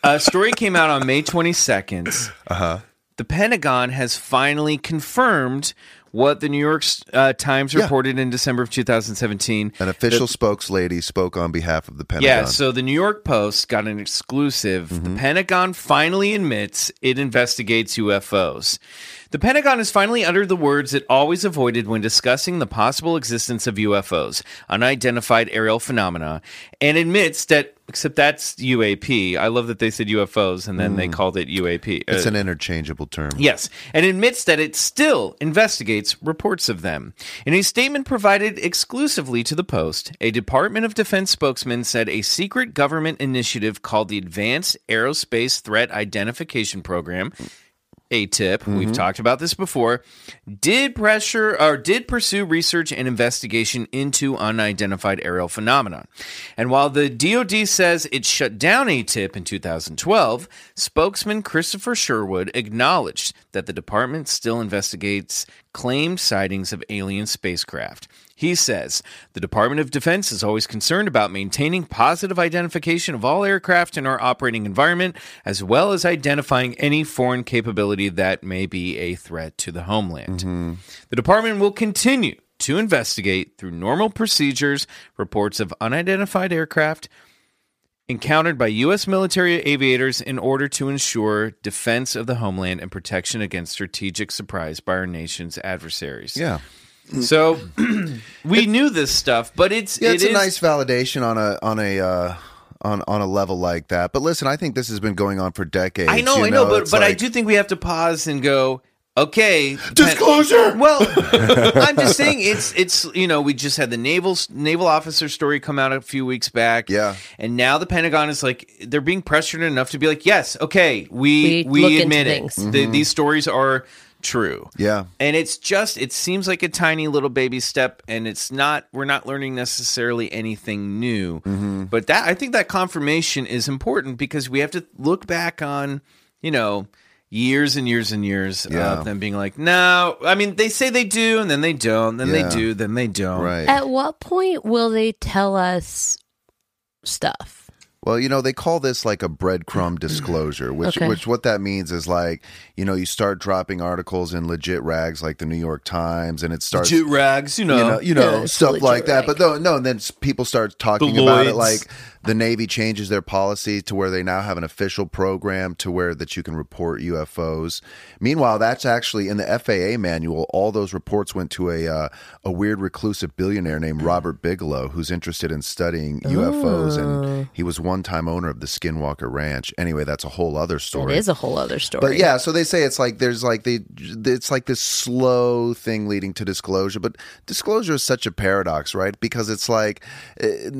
Speaker 2: a story came out on May twenty second. Uh huh. The Pentagon has finally confirmed what the New York uh, Times reported in December of 2017.
Speaker 3: An official spokeslady spoke on behalf of the Pentagon. Mm-hmm.
Speaker 2: Yeah, so the New York Post got an exclusive. The Pentagon finally admits it investigates UFOs. The Pentagon has finally uttered the words it always avoided when discussing the possible existence of UFOs, unidentified aerial phenomena, and admits that, except that's UAP. I love that they said UFOs and then they called it UAP.
Speaker 3: Mm. it's
Speaker 2: Uh,
Speaker 3: an interchangeable term.
Speaker 2: Yes, and admits that it still investigates reports of them. In a statement provided exclusively to the Post, a Department of Defense spokesman said a secret government initiative called the Advanced Aerospace Threat Identification Program. A tip, we've talked about this before, did pressure or did pursue research and investigation into unidentified aerial phenomenon. And while the DoD says it shut down ATIP in 2012, spokesman Christopher Sherwood acknowledged that the department still investigates claimed sightings of alien spacecraft. He says the Department of Defense is always concerned about maintaining positive identification of all aircraft in our operating environment, as well as identifying any foreign capability that may be a threat to the homeland. The department will continue to investigate through normal procedures reports of unidentified aircraft encountered by U.S. military aviators in order to ensure defense of the homeland and protection against strategic surprise by our nation's adversaries.
Speaker 3: Yeah.
Speaker 2: So we knew this stuff, but it's
Speaker 3: Yeah, it's
Speaker 2: it
Speaker 3: a
Speaker 2: is-
Speaker 3: nice validation on a on a uh, on on a level like that. But listen, I think this has been going on for decades.
Speaker 2: I know,
Speaker 3: you
Speaker 2: I know, but
Speaker 3: it's
Speaker 2: but I
Speaker 3: like-
Speaker 2: do think we have to pause and go. Okay,
Speaker 3: Disclosure!
Speaker 2: Well, I'm just saying it's it's you know we just had the naval naval officer story come out a few weeks back.
Speaker 3: Yeah.
Speaker 2: and now the Pentagon is like they're being pressured enough to be like, yes, okay, we
Speaker 5: We
Speaker 2: we,
Speaker 5: look into
Speaker 2: admit it.
Speaker 5: things.
Speaker 2: The-
Speaker 3: Mm-hmm.
Speaker 2: these stories are true.
Speaker 3: Yeah.
Speaker 2: and it's just it seems like a tiny little baby step and it's not we're not learning necessarily anything new
Speaker 3: Mm-hmm.
Speaker 2: but that i think that confirmation is important because we have to look back on you know years and years and years
Speaker 3: Yeah.
Speaker 2: of them being like no i mean they say they do and then they don't then
Speaker 3: Yeah.
Speaker 2: they do then they don't
Speaker 3: Right.
Speaker 5: At what point will they tell us stuff?
Speaker 3: Well, you know, they call this like a breadcrumb disclosure, which
Speaker 5: Okay.
Speaker 3: which what that means is like, you know, you start dropping articles in legit rags like the New York Times and it starts
Speaker 2: Jute rags you know,
Speaker 3: you know, you know
Speaker 5: Yeah, it's
Speaker 3: stuff
Speaker 5: legit
Speaker 3: like that.
Speaker 5: rag.
Speaker 3: But no, no, and then s- people start talking
Speaker 2: The
Speaker 3: about it
Speaker 2: Lloyds.
Speaker 3: like the Navy changes their policy to where they now have an official program to where that you can report UFOs. Meanwhile, that's actually in the FAA manual. All those reports went to a uh, a weird
Speaker 2: Mm.
Speaker 5: Oh.
Speaker 3: reclusive billionaire named Robert Bigelow, who's interested in studying UFOs, and he was one one time owner of the Skinwalker Ranch. Anyway, that's a whole other
Speaker 5: It
Speaker 3: story.
Speaker 5: is a whole other story.
Speaker 3: But yeah, so they say it's like there's like they it's like this slow thing leading to disclosure, but disclosure is such a paradox, right? Because it's like eh,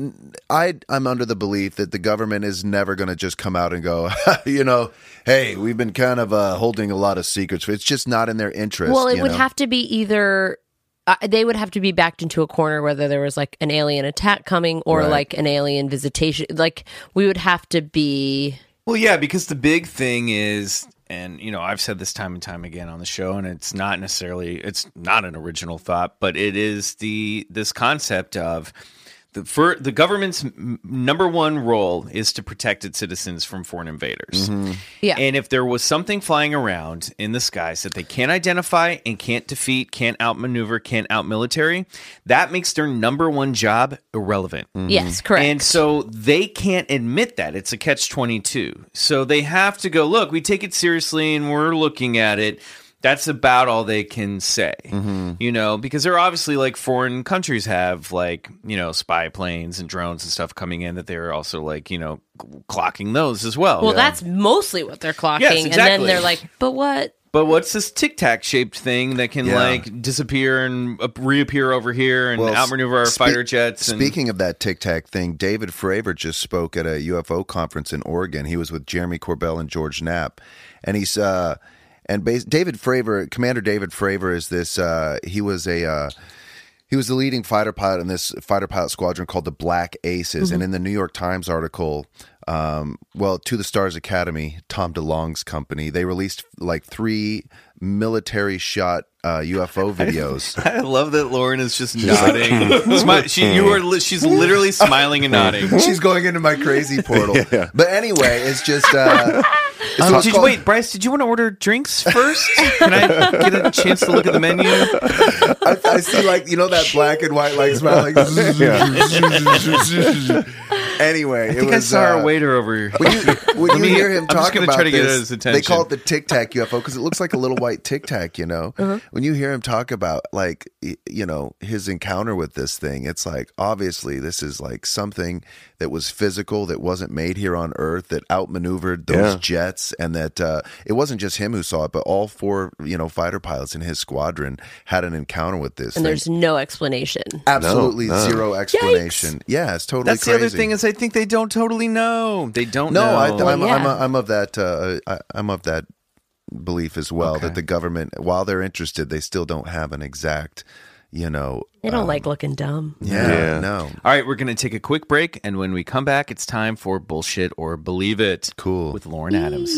Speaker 3: I I'm under the belief that the government is never going to just come out and go, you know, hey, we've been kind of uh, holding a lot of secrets. It's just not in their interest.
Speaker 5: Well, it
Speaker 3: you
Speaker 5: would
Speaker 3: know?
Speaker 5: have to be either uh, they would have to be backed into a corner whether there was like an alien attack coming or
Speaker 3: Right.
Speaker 5: like an alien visitation. Like we would have to be
Speaker 2: Well, yeah, because the big thing is, and you know, I've said this time and time again on the show, and it's not necessarily it's not an original thought, but it is the this concept of the for the government's m- number one role is to protect its citizens from foreign invaders.
Speaker 5: Yeah.
Speaker 2: and if there was something flying around in the skies that they can't identify and can't defeat, can't outmaneuver, can't outmilitary, that makes their number one job irrelevant.
Speaker 5: yes, correct.
Speaker 2: Mm-hmm. And so they can't admit that. It's a catch 22. So they have to go, look, we take it seriously and we're looking at it. That's about all they can say,
Speaker 3: Mm-hmm.
Speaker 2: you know, because they're obviously like foreign countries have like, you know, spy planes and drones and stuff coming in that they're also like, you know, clocking those as well.
Speaker 5: well, that's mostly what they're clocking, and then
Speaker 2: exactly.
Speaker 5: they're like, "But what?"
Speaker 2: But what's this tic tac shaped thing that can
Speaker 3: Yeah.
Speaker 2: like disappear and uh, reappear over here and
Speaker 3: Well,
Speaker 2: outmaneuver our
Speaker 3: spe-
Speaker 2: fighter jets? And-
Speaker 3: Speaking of that Tic Tac thing, David Fravor just spoke at a UFO conference in Oregon. He was with Jeremy Corbell and George Knapp, and he's uh, and bas- David Fravor, Commander David Fravor, is this? Uh, he was a. Uh, he was the leading fighter pilot in this fighter pilot squadron called the Black Aces. And in the New York Times article, um, well, to the Stars Academy, Tom DeLong's company, they released like three military shot uh, UFO videos.
Speaker 2: I love that Lauren is just nodding.
Speaker 6: "Hmm."
Speaker 2: Smi- she, you are li- she's literally smiling and nodding.
Speaker 3: She's going into my crazy portal. But anyway, it's just. Uh, so
Speaker 2: So
Speaker 3: it's
Speaker 2: did-
Speaker 3: called-
Speaker 2: Um, wait, Bryce, did you want to order drinks first? Can I get a chance to look at the menu?
Speaker 3: I, I see, like you know that black and white, like smile, like. anyway, uh,
Speaker 2: I think I saw
Speaker 6: uh,
Speaker 2: our waiter over here.
Speaker 3: When you, when
Speaker 2: Let
Speaker 3: you
Speaker 2: me-
Speaker 3: hear him
Speaker 2: I'm just
Speaker 3: talk
Speaker 2: gonna
Speaker 3: about
Speaker 2: try to get
Speaker 3: this,
Speaker 2: his
Speaker 3: they call it
Speaker 2: attention.
Speaker 3: the tic tac UFO because it looks like a little white tic tac. You know,
Speaker 2: Uh-huh.
Speaker 3: when you hear him talk about like y- you know his encounter with this thing, it's like obviously this is like something that was physical that wasn't made here on Earth that outmaneuvered those
Speaker 4: Yeah.
Speaker 3: jets, and that uh, it wasn't just him who saw it, but all four you know fighter pilots in his squadron had an encounter with this. thing.
Speaker 5: And there's no explanation.
Speaker 3: absolutely
Speaker 4: No, no.
Speaker 3: zero explanation. Yeah, it's totally.
Speaker 2: That's the other
Speaker 3: crazy.
Speaker 2: thing is I think they don't totally know. They don't
Speaker 3: No,
Speaker 2: know.
Speaker 3: I, I'm,
Speaker 5: Well,
Speaker 3: I'm,
Speaker 5: yeah.
Speaker 3: I'm of that. Uh, I, I'm of that belief as well that the government, while they're interested, they still don't have an exact, you know.
Speaker 5: They don't like looking dumb.
Speaker 3: Yeah,
Speaker 4: Yeah.
Speaker 3: no,
Speaker 2: All right, we're going to take a quick break, and when we come back, it's time for bullshit or believe it.
Speaker 3: Cool.
Speaker 2: with Lauren Adams.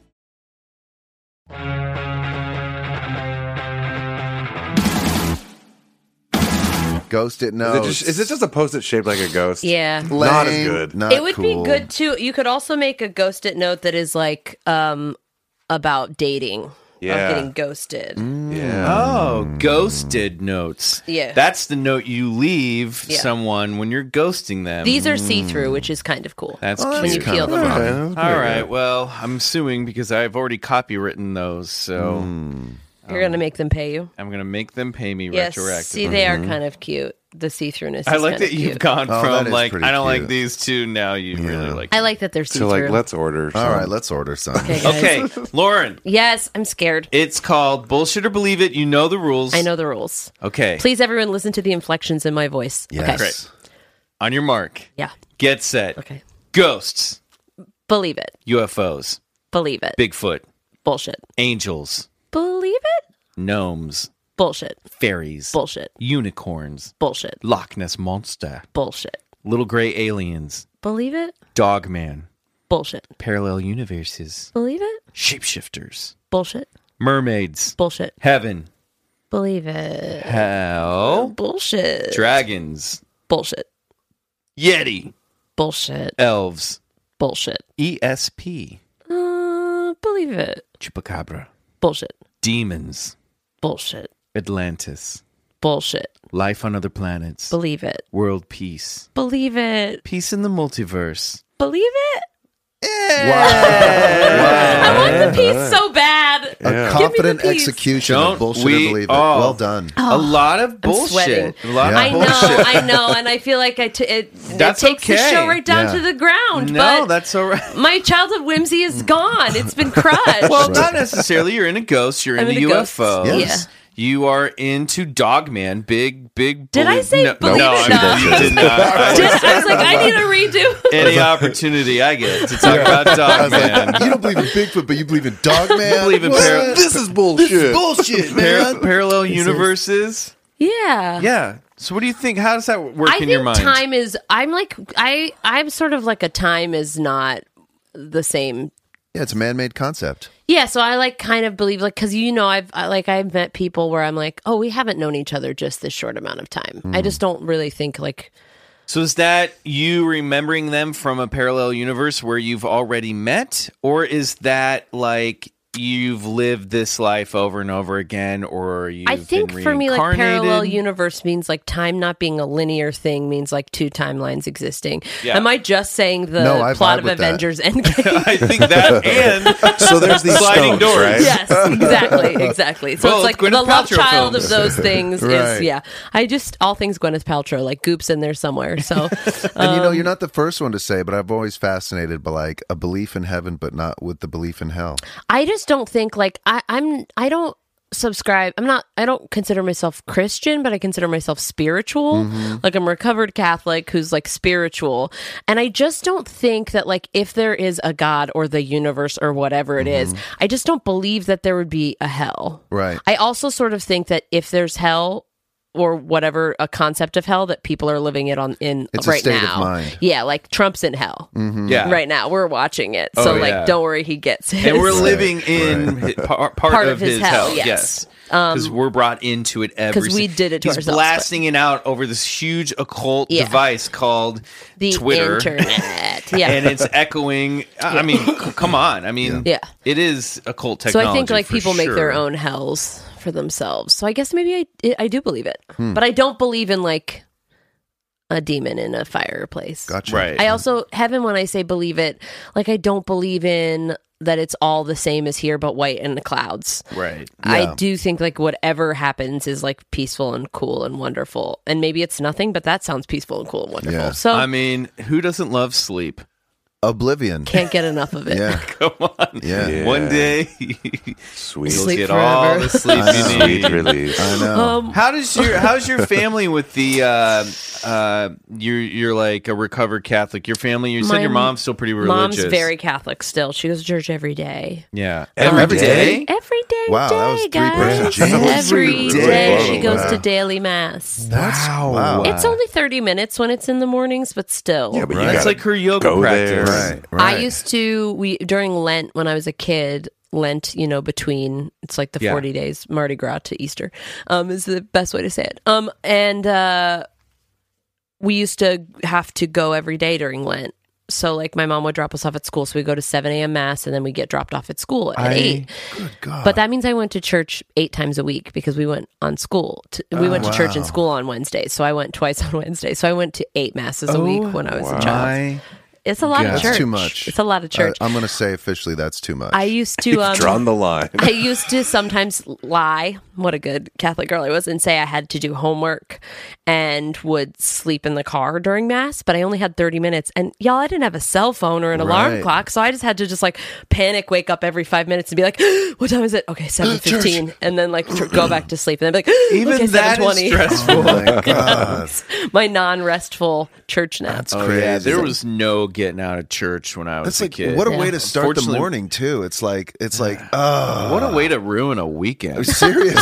Speaker 3: Ghost didn't know.
Speaker 7: Is it, just, is it just a post-it shaped like a ghost?
Speaker 5: Yeah.
Speaker 7: Not as good.
Speaker 3: Not
Speaker 5: it would
Speaker 3: cool.
Speaker 5: be good too. You could also make a ghosted note that is like um about dating. of
Speaker 2: Yeah. Mm.
Speaker 5: getting ghosted.
Speaker 2: Oh, ghosted notes.
Speaker 5: Yeah.
Speaker 2: That's the note you leave
Speaker 5: Yeah.
Speaker 2: someone when you're ghosting them.
Speaker 5: These are see through, which is kind of cool.
Speaker 2: That's
Speaker 5: when you
Speaker 2: cute.
Speaker 5: peel them off.
Speaker 2: All right. Well, I'm suing because I've already copywritten those, so
Speaker 3: Mm.
Speaker 5: You're gonna make them pay you.
Speaker 2: I'm going to make them pay me
Speaker 5: Yes.
Speaker 2: retroactively.
Speaker 5: See, they
Speaker 2: Mm-hmm.
Speaker 5: are kind of cute. The see throughness.
Speaker 2: I like that
Speaker 5: of
Speaker 2: you've
Speaker 5: cute.
Speaker 2: gone
Speaker 3: Oh, that
Speaker 2: from
Speaker 3: is
Speaker 2: like I
Speaker 3: pretty
Speaker 2: don't like
Speaker 3: cute.
Speaker 2: these two. Now you really like.
Speaker 5: I like that they're see
Speaker 2: So, like,
Speaker 5: through.
Speaker 2: let's-
Speaker 3: Let's order. All
Speaker 2: some.
Speaker 3: right, let's order some.
Speaker 5: Okay, guys.
Speaker 2: Okay, Lauren.
Speaker 5: yes, I'm scared.
Speaker 2: It's called bullshit or believe it. You know the rules.
Speaker 5: I know the rules.
Speaker 2: Okay.
Speaker 5: Please, everyone, listen to the inflections in my voice. Okay.
Speaker 2: Great. On your mark.
Speaker 5: Yeah.
Speaker 2: Get set. Okay. Ghosts.
Speaker 5: Believe it.
Speaker 2: UFOs.
Speaker 5: Believe it.
Speaker 2: Bigfoot.
Speaker 5: Bullshit.
Speaker 2: Angels.
Speaker 5: Believe it.
Speaker 2: Gnomes.
Speaker 5: Bullshit.
Speaker 2: Fairies.
Speaker 5: Bullshit.
Speaker 2: Unicorns.
Speaker 5: Bullshit.
Speaker 2: Loch Ness Monster.
Speaker 5: Bullshit.
Speaker 2: Little Gray Aliens.
Speaker 5: Believe it.
Speaker 2: Dogman.
Speaker 5: Bullshit.
Speaker 2: Parallel universes.
Speaker 5: Believe it.
Speaker 2: Shapeshifters.
Speaker 5: Bullshit.
Speaker 2: Mermaids.
Speaker 5: Bullshit.
Speaker 2: Heaven.
Speaker 5: Believe it.
Speaker 2: Hell.
Speaker 5: Bullshit.
Speaker 2: Dragons.
Speaker 5: Bullshit.
Speaker 2: Yeti.
Speaker 5: Bullshit.
Speaker 2: Elves. E
Speaker 5: Bullshit.
Speaker 2: ESP.
Speaker 5: Uh, believe it.
Speaker 2: Chupacabra.
Speaker 5: Bullshit.
Speaker 2: Demons.
Speaker 5: Bullshit.
Speaker 2: Atlantis.
Speaker 5: Bullshit.
Speaker 2: Life on other planets.
Speaker 5: Believe it.
Speaker 2: World peace.
Speaker 5: Believe it.
Speaker 2: Peace in the multiverse.
Speaker 5: Believe it.
Speaker 3: I
Speaker 5: want the piece so bad.
Speaker 3: A
Speaker 2: Yeah.
Speaker 3: confident
Speaker 5: Give me the piece.
Speaker 3: execution
Speaker 2: Don't
Speaker 3: of bullshit
Speaker 2: we
Speaker 3: or believe
Speaker 2: all.
Speaker 3: it. Well done.
Speaker 2: A lot of bullshit. A lot
Speaker 5: Oh, I
Speaker 2: of
Speaker 5: know,
Speaker 2: bullshit.
Speaker 5: I know, and I feel like I t- it, it
Speaker 2: That's
Speaker 5: takes the
Speaker 2: okay.
Speaker 5: show right down
Speaker 2: Yeah.
Speaker 5: to the ground.
Speaker 2: No,
Speaker 5: but
Speaker 2: that's all right.
Speaker 5: my childhood whimsy is gone. It's been crushed.
Speaker 2: Well, not necessarily. You're in a ghost. You're
Speaker 5: I'm
Speaker 2: into
Speaker 5: in a ghost.
Speaker 2: UFOs.
Speaker 5: Yes.
Speaker 2: You are into Dogman. Big, big.
Speaker 5: Did I
Speaker 2: bully-
Speaker 5: say
Speaker 2: no,
Speaker 5: believe
Speaker 2: no, I'm-
Speaker 5: it? No.
Speaker 2: You did not. I
Speaker 5: Did-
Speaker 2: was-
Speaker 5: I was like, I need a redo.
Speaker 2: any opportunity I get to talk about
Speaker 3: I was
Speaker 2: Dogman.
Speaker 3: like, you don't believe in Bigfoot, but you believe in Dogman.
Speaker 2: You believe in
Speaker 3: What?
Speaker 2: par-
Speaker 3: this is bullshit. bullshit,
Speaker 2: Par-
Speaker 3: man.
Speaker 2: parallel universes.
Speaker 5: Yeah.
Speaker 2: Yeah. So, what do you think? How does that work
Speaker 5: I
Speaker 2: in
Speaker 5: think
Speaker 2: your mind?
Speaker 5: time is. I'm like I. I'm sort of like a time is not the same.
Speaker 3: Yeah, it's a man-made concept.
Speaker 5: Yeah, so I like kind of believe like because you know I've I, like I've met people where I'm like oh we haven't known each other just this short amount of time. I
Speaker 2: Mm.
Speaker 5: just don't really think like
Speaker 2: So is that you remembering them from a parallel universe where you've already met, or is that like you've lived this life over and over again, or you've
Speaker 5: I think
Speaker 2: been
Speaker 5: for me like
Speaker 2: reincarnated?
Speaker 5: parallel universe means like time not being a linear thing means like two timelines existing.
Speaker 2: Yeah.
Speaker 5: Am I just saying the
Speaker 2: No, I
Speaker 5: plot
Speaker 2: vibe
Speaker 5: of
Speaker 2: with that.
Speaker 5: Avengers Endgame?
Speaker 2: I think that and
Speaker 7: So there's these
Speaker 2: sliding
Speaker 7: stones,
Speaker 2: doors.
Speaker 7: right?
Speaker 5: yes, exactly, exactly. So
Speaker 2: Both
Speaker 5: it's like
Speaker 2: Gwyneth
Speaker 5: the love
Speaker 2: Paltrow
Speaker 5: child
Speaker 2: films.
Speaker 5: of those things is
Speaker 3: Right.
Speaker 5: yeah. I just all things Gwyneth Paltrow like goops in there somewhere. So
Speaker 3: And you know,
Speaker 5: um,
Speaker 3: you're not the first one to say, but I've always fascinated by like a belief in heaven, but not with the belief in hell.
Speaker 5: I just don't think like I, I'm I don't subscribe I'm not I don't consider myself Christian, but I consider myself spiritual.
Speaker 8: Mhm.
Speaker 5: Like I'm a recovered Catholic who's like spiritual. And I just don't think that like if there is a God or the universe or whatever it is, I just don't believe that there would be a hell.
Speaker 3: Right.
Speaker 5: I also sort of think that if there's hell or whatever a concept of hell that people are living it on in
Speaker 3: It's a
Speaker 5: right
Speaker 3: state of
Speaker 5: now.
Speaker 3: mind.
Speaker 5: Yeah, like Trump's in hell.
Speaker 7: Mm-hmm.
Speaker 3: Mhm.
Speaker 2: Yeah.
Speaker 5: Right now. We're watching it.
Speaker 2: Oh,
Speaker 5: so like
Speaker 2: yeah.
Speaker 5: don't worry he gets it.
Speaker 2: and we're living in hi- par- part,
Speaker 5: Part
Speaker 2: of,
Speaker 5: of his
Speaker 2: hell,
Speaker 5: hell,
Speaker 2: yes.
Speaker 5: yes.
Speaker 2: because we're brought into it every
Speaker 5: 'cause we
Speaker 2: si-
Speaker 5: did it to
Speaker 2: he's
Speaker 5: ourselves, but-
Speaker 2: blasting it out over this huge occult
Speaker 5: Yeah.
Speaker 2: device called
Speaker 5: the
Speaker 2: Twitter.
Speaker 5: internet. Yeah.
Speaker 2: and it's echoing. I I mean, c- come on. I mean,
Speaker 5: Yeah.
Speaker 2: it is occult
Speaker 5: so
Speaker 2: technology.
Speaker 5: I think like
Speaker 2: for
Speaker 5: people make
Speaker 2: sure.
Speaker 5: their own hells for themselves. So I guess maybe I I do believe it,
Speaker 2: Hmm.
Speaker 5: but I don't believe in like a demon in a fireplace.
Speaker 3: Gotcha. Right.
Speaker 5: I also heaven when I say believe it, like I don't believe in that it's all the same as here but white and the clouds.
Speaker 2: Right.
Speaker 5: I do think like whatever happens is like peaceful and cool and wonderful. And maybe it's nothing, but that sounds peaceful and cool and wonderful. So
Speaker 2: I mean, who doesn't love sleep?
Speaker 3: Oblivion.
Speaker 5: Can't get enough of it.
Speaker 3: Yeah.
Speaker 2: Come on.
Speaker 3: Yeah.
Speaker 2: One day,
Speaker 4: sweet.
Speaker 2: You'll
Speaker 5: Sleep
Speaker 2: get all
Speaker 5: forever.
Speaker 2: the sleep you
Speaker 4: Sweet
Speaker 2: need.
Speaker 4: release. I know.
Speaker 5: Um,
Speaker 2: How does your How's your family with the uh, uh, you're you're like a recovered Catholic? Your family. You said
Speaker 5: My
Speaker 2: your mom's still pretty religious.
Speaker 5: Mom's very Catholic still. She goes to church every day. Um,
Speaker 2: Yeah.
Speaker 3: Every
Speaker 2: Every day.
Speaker 3: day?
Speaker 5: Every day,
Speaker 3: Wow, that was three
Speaker 5: day, guys.
Speaker 3: percent.
Speaker 5: Every
Speaker 3: Really
Speaker 5: day she
Speaker 3: low.
Speaker 5: goes to
Speaker 3: Wow.
Speaker 5: daily mass.
Speaker 3: Wow.
Speaker 5: It's only 30 minutes when it's in the mornings, but still.
Speaker 4: Yeah, but you
Speaker 3: Right.
Speaker 4: gotta
Speaker 2: It's like her yoga
Speaker 4: go
Speaker 2: practice.
Speaker 4: there.
Speaker 3: Right. Right.
Speaker 5: I used to we during Lent when I was a kid. Lent, you know, between it's like the
Speaker 2: Yeah.
Speaker 5: forty days Mardi Gras to Easter, um, is the best way to say it. Um, and uh, we used to have to go every day during Lent. So like my mom would drop us off at school, so we go to seven a.m. mass, and then we get dropped off at school at
Speaker 3: I- uh,
Speaker 5: eight.
Speaker 3: Good God.
Speaker 5: But that means I went to church eight times a week because we went on school. To, we went to church and
Speaker 3: Oh, wow.
Speaker 5: school on Wednesdays, so I went twice on Wednesday. So I went to eight masses
Speaker 3: Oh,
Speaker 5: a week when I was a child.
Speaker 2: My
Speaker 5: It's a lot
Speaker 2: Yeah.
Speaker 5: of
Speaker 3: that's
Speaker 5: church.
Speaker 3: too much.
Speaker 5: It's a lot of church.
Speaker 3: I, am going to Uh, say officially that's too much.
Speaker 5: I used to
Speaker 4: You've drawn
Speaker 5: um,
Speaker 4: the line.
Speaker 5: I used to sometimes lie. What a good Catholic girl I was, and say I had to do homework and would sleep in the car during mass. But I only had thirty minutes, and y'all, I didn't have a cell phone or an alarm
Speaker 3: Right.
Speaker 5: clock, so I just had to just like panic, wake up every five minutes and be like, "What time is it? Okay, seven fifteen. and then like tr- go back to sleep, and then be like,
Speaker 2: Even
Speaker 5: okay,
Speaker 2: that is
Speaker 5: 7:20."
Speaker 3: oh
Speaker 2: stressful.
Speaker 3: my God.
Speaker 5: My non-restful church naps.
Speaker 3: That's
Speaker 2: Oh
Speaker 3: crazy.
Speaker 2: yeah, there was no getting out of church when I was
Speaker 3: That's
Speaker 2: a
Speaker 3: like
Speaker 2: kid.
Speaker 3: what a
Speaker 5: Yeah.
Speaker 3: way to start the
Speaker 2: Unfortunately-
Speaker 3: morning too. It's like it's like oh,
Speaker 2: What a way to ruin a weekend.
Speaker 3: seriously.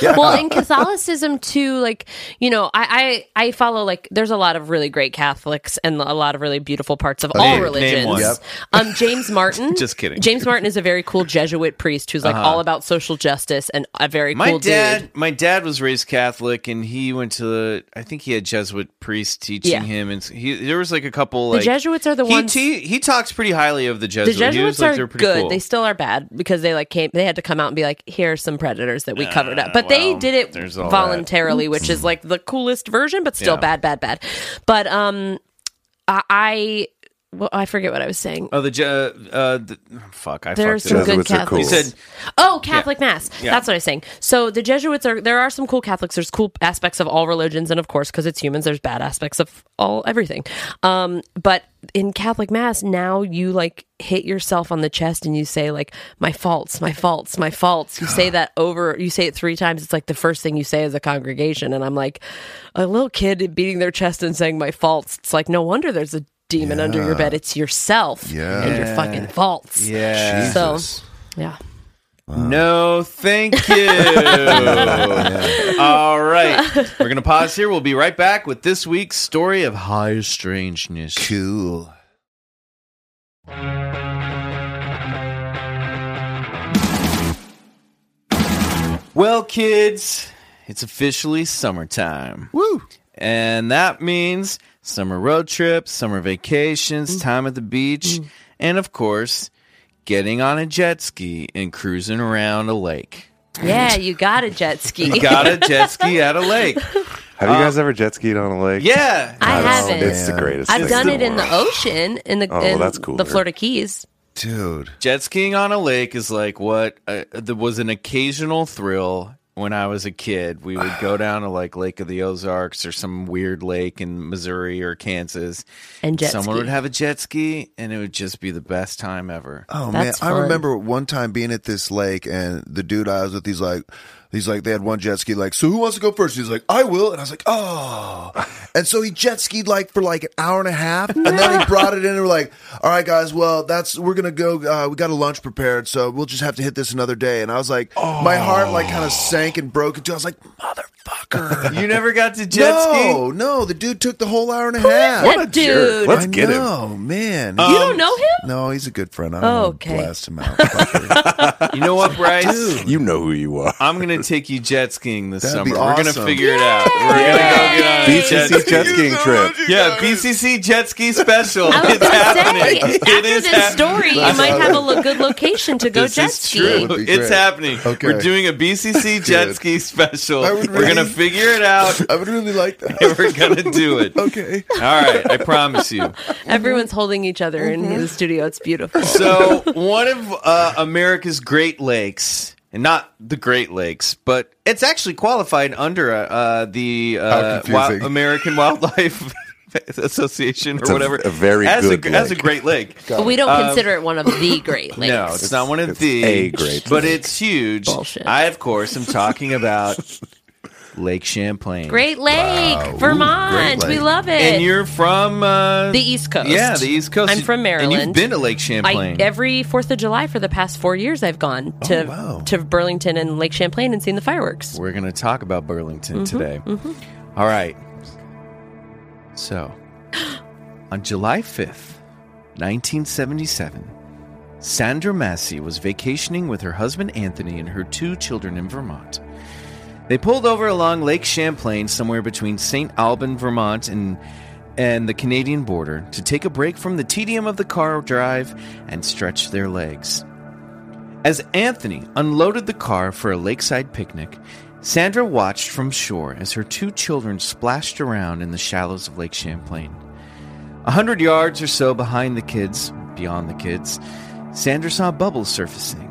Speaker 3: Yeah.
Speaker 5: well in catholicism too like you know I, I i follow like there's a lot of really great catholics and a lot of really beautiful parts of all
Speaker 2: Name- name
Speaker 5: religions
Speaker 2: one. Yep.
Speaker 5: um james martin
Speaker 2: Just kidding. Uh-huh.
Speaker 5: james martin is a very cool jesuit priest who's like all about social justice and a very
Speaker 2: My
Speaker 5: cool
Speaker 2: dad,
Speaker 5: dude
Speaker 2: my dad was raised Catholic, and he went to the. I think he had Jesuit priests teaching
Speaker 5: Yeah.
Speaker 2: him, and he there was like a couple.
Speaker 5: The
Speaker 2: Like,
Speaker 5: Jesuits are the
Speaker 2: he,
Speaker 5: ones-
Speaker 2: He, he talks pretty highly of the
Speaker 5: the
Speaker 2: Jesuits. he was
Speaker 5: Jesuits
Speaker 2: like,
Speaker 5: are
Speaker 2: they're pretty
Speaker 5: good.
Speaker 2: Cool.
Speaker 5: They still are bad because they like came. They had to come out and be like, "Here are some predators that we covered up," but
Speaker 2: Ah,
Speaker 5: they
Speaker 2: well,
Speaker 5: did it
Speaker 2: there's all
Speaker 5: voluntarily, which is like the coolest version, but still
Speaker 2: Yeah.
Speaker 5: bad, bad, bad. But um, I, I well, I forget what I was saying.
Speaker 2: oh, the Je- uh, the, fuck. I
Speaker 5: There's
Speaker 2: fucked it
Speaker 5: some
Speaker 2: up.
Speaker 5: good
Speaker 4: Jesuits are cool.
Speaker 2: He
Speaker 5: Catholics.
Speaker 2: said
Speaker 5: oh, Catholic Mass.
Speaker 2: Yeah.
Speaker 5: That's what I was saying. So the Jesuits are there are some cool Catholics. There's cool aspects of all religions, and of course, because it's humans, there's bad aspects of all everything. Um, but in Catholic Mass, now you like hit yourself on the chest and you say like my faults, my faults, my faults. You say that over. You say it three times. It's like the first thing you say as a congregation, and I'm like a little kid beating their chest and saying my faults. It's like no wonder there's a demon under your bed. It's yourself
Speaker 3: Yeah.
Speaker 5: and your fucking faults.
Speaker 2: Yeah.
Speaker 5: So yeah.
Speaker 2: no, thank you. All right, we're gonna pause here. We'll be right back with this week's story of high strangeness.
Speaker 3: cool.
Speaker 2: Well, kids, it's officially summertime.
Speaker 3: Woo.
Speaker 2: And that means summer road trips, summer vacations, time at the beach, and of course, getting on a jet ski and cruising around a lake.
Speaker 5: Yeah, you got a jet ski.
Speaker 2: You got a jet ski at a lake.
Speaker 7: Have you guys ever jet skied on a lake?
Speaker 2: Yeah.
Speaker 5: I
Speaker 7: Oh,
Speaker 5: haven't.
Speaker 7: It's the greatest.
Speaker 5: I've
Speaker 7: thing
Speaker 5: done
Speaker 7: in
Speaker 5: it
Speaker 7: the
Speaker 5: in the
Speaker 7: world.
Speaker 5: ocean in the
Speaker 4: Oh, well,
Speaker 5: in
Speaker 4: that's
Speaker 5: the
Speaker 4: cooler.
Speaker 5: Florida Keys.
Speaker 3: Dude.
Speaker 2: Jet skiing on a lake is like what uh, there was an occasional thrill when I was a kid. We would go down to like Lake of the Ozarks or some weird lake in Missouri or Kansas.
Speaker 5: And jet
Speaker 2: Someone
Speaker 5: ski.
Speaker 2: would have a jet ski and it would just be the best time ever.
Speaker 3: Oh
Speaker 5: That's
Speaker 3: man, I
Speaker 5: fun.
Speaker 3: remember one time being at this lake and the dude I was with, he's like, he's like, they had one jet ski, like, so who wants to go first? He's like, I will, and I was like, oh, and so he jet skied like for like an hour and a half, and then he brought it in and we're like, all right guys, well that's we're gonna go, uh, we got a lunch prepared, so we'll just have to hit this another day, and I was like, my heart like kind of sank and broke into, I was like, motherfucker,
Speaker 2: Oh. You never got to jet
Speaker 3: no,
Speaker 2: ski?
Speaker 3: no, the dude took the whole hour and a half.
Speaker 5: that dude?
Speaker 4: Let's
Speaker 3: I
Speaker 4: get him.
Speaker 3: know, man.
Speaker 2: Uh,
Speaker 5: you don't know him?
Speaker 3: No, he's a good friend. I
Speaker 5: Oh,
Speaker 3: don't
Speaker 5: okay.
Speaker 3: okay. blast him out. fucker.
Speaker 2: You know what, Bryce?
Speaker 4: You know who you are.
Speaker 2: I'm gonna take you jet skiing this
Speaker 3: That'd be
Speaker 2: summer. We're
Speaker 3: awesome.
Speaker 2: gonna figure it out. We're gonna go get on a jet
Speaker 4: BCC
Speaker 2: ski.
Speaker 4: jet skiing trip.
Speaker 2: Yeah, BCC jet ski special.
Speaker 5: I was
Speaker 2: it's
Speaker 5: gonna say
Speaker 2: happening.
Speaker 5: after
Speaker 2: it is
Speaker 5: this story, you might have a lo- good location to go
Speaker 2: This
Speaker 5: jet
Speaker 2: is true.
Speaker 5: skiing.
Speaker 3: That would be
Speaker 2: It's
Speaker 3: great.
Speaker 2: happening.
Speaker 3: Okay.
Speaker 2: We're doing a BCC jet
Speaker 3: Good.
Speaker 2: ski special.
Speaker 3: I would
Speaker 2: We're gonna
Speaker 3: really-
Speaker 2: figure it out.
Speaker 3: I would really like that.
Speaker 2: and We're gonna do it. All
Speaker 3: Okay.
Speaker 2: right, I promise you.
Speaker 5: Everyone's holding each other in the studio. It's beautiful.
Speaker 2: Mm-hmm. So, one of uh, America's Great Lakes, and not the Great Lakes, but it's actually qualified under uh, uh, the uh,
Speaker 3: How confusing.
Speaker 2: Wi- American Wildlife Association or
Speaker 4: It's a-
Speaker 2: whatever.
Speaker 4: a very
Speaker 2: as
Speaker 4: good
Speaker 2: a, as a
Speaker 4: lake.
Speaker 2: great lake.
Speaker 5: But we don't
Speaker 2: Um,
Speaker 5: consider it one of the great lakes.
Speaker 2: No, it's, not one of the
Speaker 4: a great
Speaker 2: but
Speaker 4: lake.
Speaker 2: it's huge. I of course am talking about Lake Champlain.
Speaker 5: Great Lake,
Speaker 2: Ooh,
Speaker 5: Vermont.
Speaker 2: Great
Speaker 5: We
Speaker 2: Lake.
Speaker 5: love it.
Speaker 2: And you're from uh,
Speaker 5: the East Coast.
Speaker 2: Yeah, the East Coast.
Speaker 5: I'm from
Speaker 2: And
Speaker 5: Maryland.
Speaker 2: you've been to Lake Champlain.
Speaker 5: I, every Fourth of July for the past four years, I've gone
Speaker 2: Oh,
Speaker 5: to to Burlington and Lake Champlain and seen the fireworks.
Speaker 2: We're going to talk about Burlington
Speaker 5: Mhm,
Speaker 2: today.
Speaker 5: mhm.
Speaker 2: All right. So, on July 5th, 1977, Sandra Massey was vacationing with her husband Anthony and her two children in Vermont. They pulled over along Lake Champlain, somewhere between St. Alban, Vermont, and and the Canadian border, to take a break from the tedium of the car drive and stretch their legs. As Anthony unloaded the car for a lakeside picnic, Sandra watched from shore as her two children splashed around in the shallows of Lake Champlain. A hundred yards or so behind the kids, beyond the kids, Sandra saw bubbles surfacing.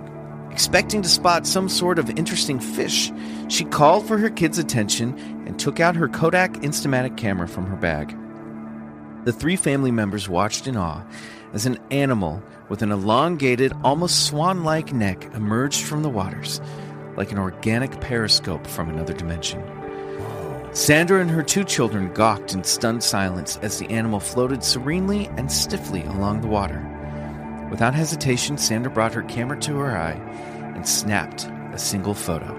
Speaker 2: Expecting to spot some sort of interesting fish, she called for her kids' attention and took out her Kodak Instamatic camera from her bag. The three family members watched in awe as an animal with an elongated, almost swan like neck emerged from the waters, like an organic periscope from another dimension. Sandra and her two children gawked in stunned silence as the animal floated serenely and stiffly along the water. Without hesitation, Sandra brought her camera to her eye and snapped a single photo.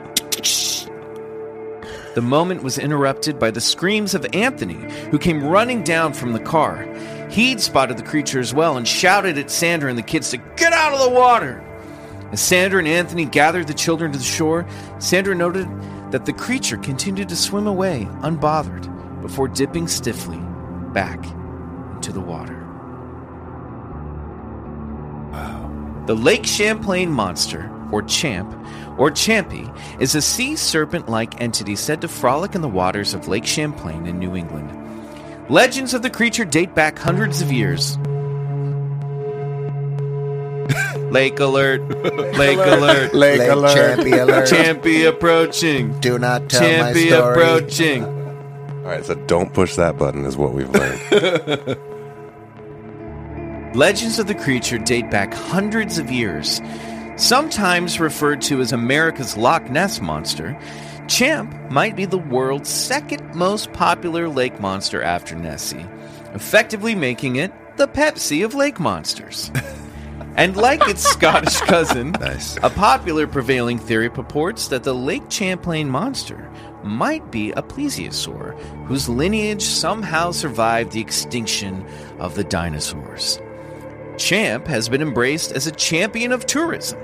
Speaker 2: The moment was interrupted by the screams of Anthony, who came running down from the car. He'd spotted the creature as well and shouted at Sandra and the kids to get out of the water. As Sandra and Anthony gathered the children to the shore, Sandra noted that the creature continued to swim away unbothered before dipping stiffly back into the water. The Lake Champlain monster, or champ, or champy, is a sea serpent like entity said to frolic in the waters of Lake Champlain in New England. Legends of the creature date back hundreds of years. Lake alert! Lake alert!
Speaker 8: Lake Lake alert. champy alert.
Speaker 2: Champy approaching!
Speaker 8: Do not tell my
Speaker 2: Champy
Speaker 8: story.
Speaker 2: approaching!
Speaker 4: All right, so don't push that button is what we've learned.
Speaker 2: Legends of the creature date back hundreds of years. Sometimes referred to as America's Loch Ness monster, Champ might be the world's second most popular lake monster after Nessie, effectively making it the Pepsi of lake monsters. And like its Scottish cousin, a popular prevailing theory purports that the Lake Champlain monster might be a plesiosaur whose lineage somehow survived the extinction of the dinosaurs. Champ has been embraced as a champion of tourism.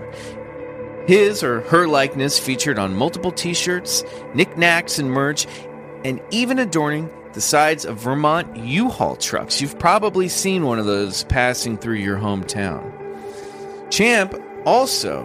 Speaker 2: His or her likeness featured on multiple t shirts, knickknacks, and merch, and even adorning the sides of Vermont U Haul trucks. You've probably seen one of those passing through your hometown. Champ also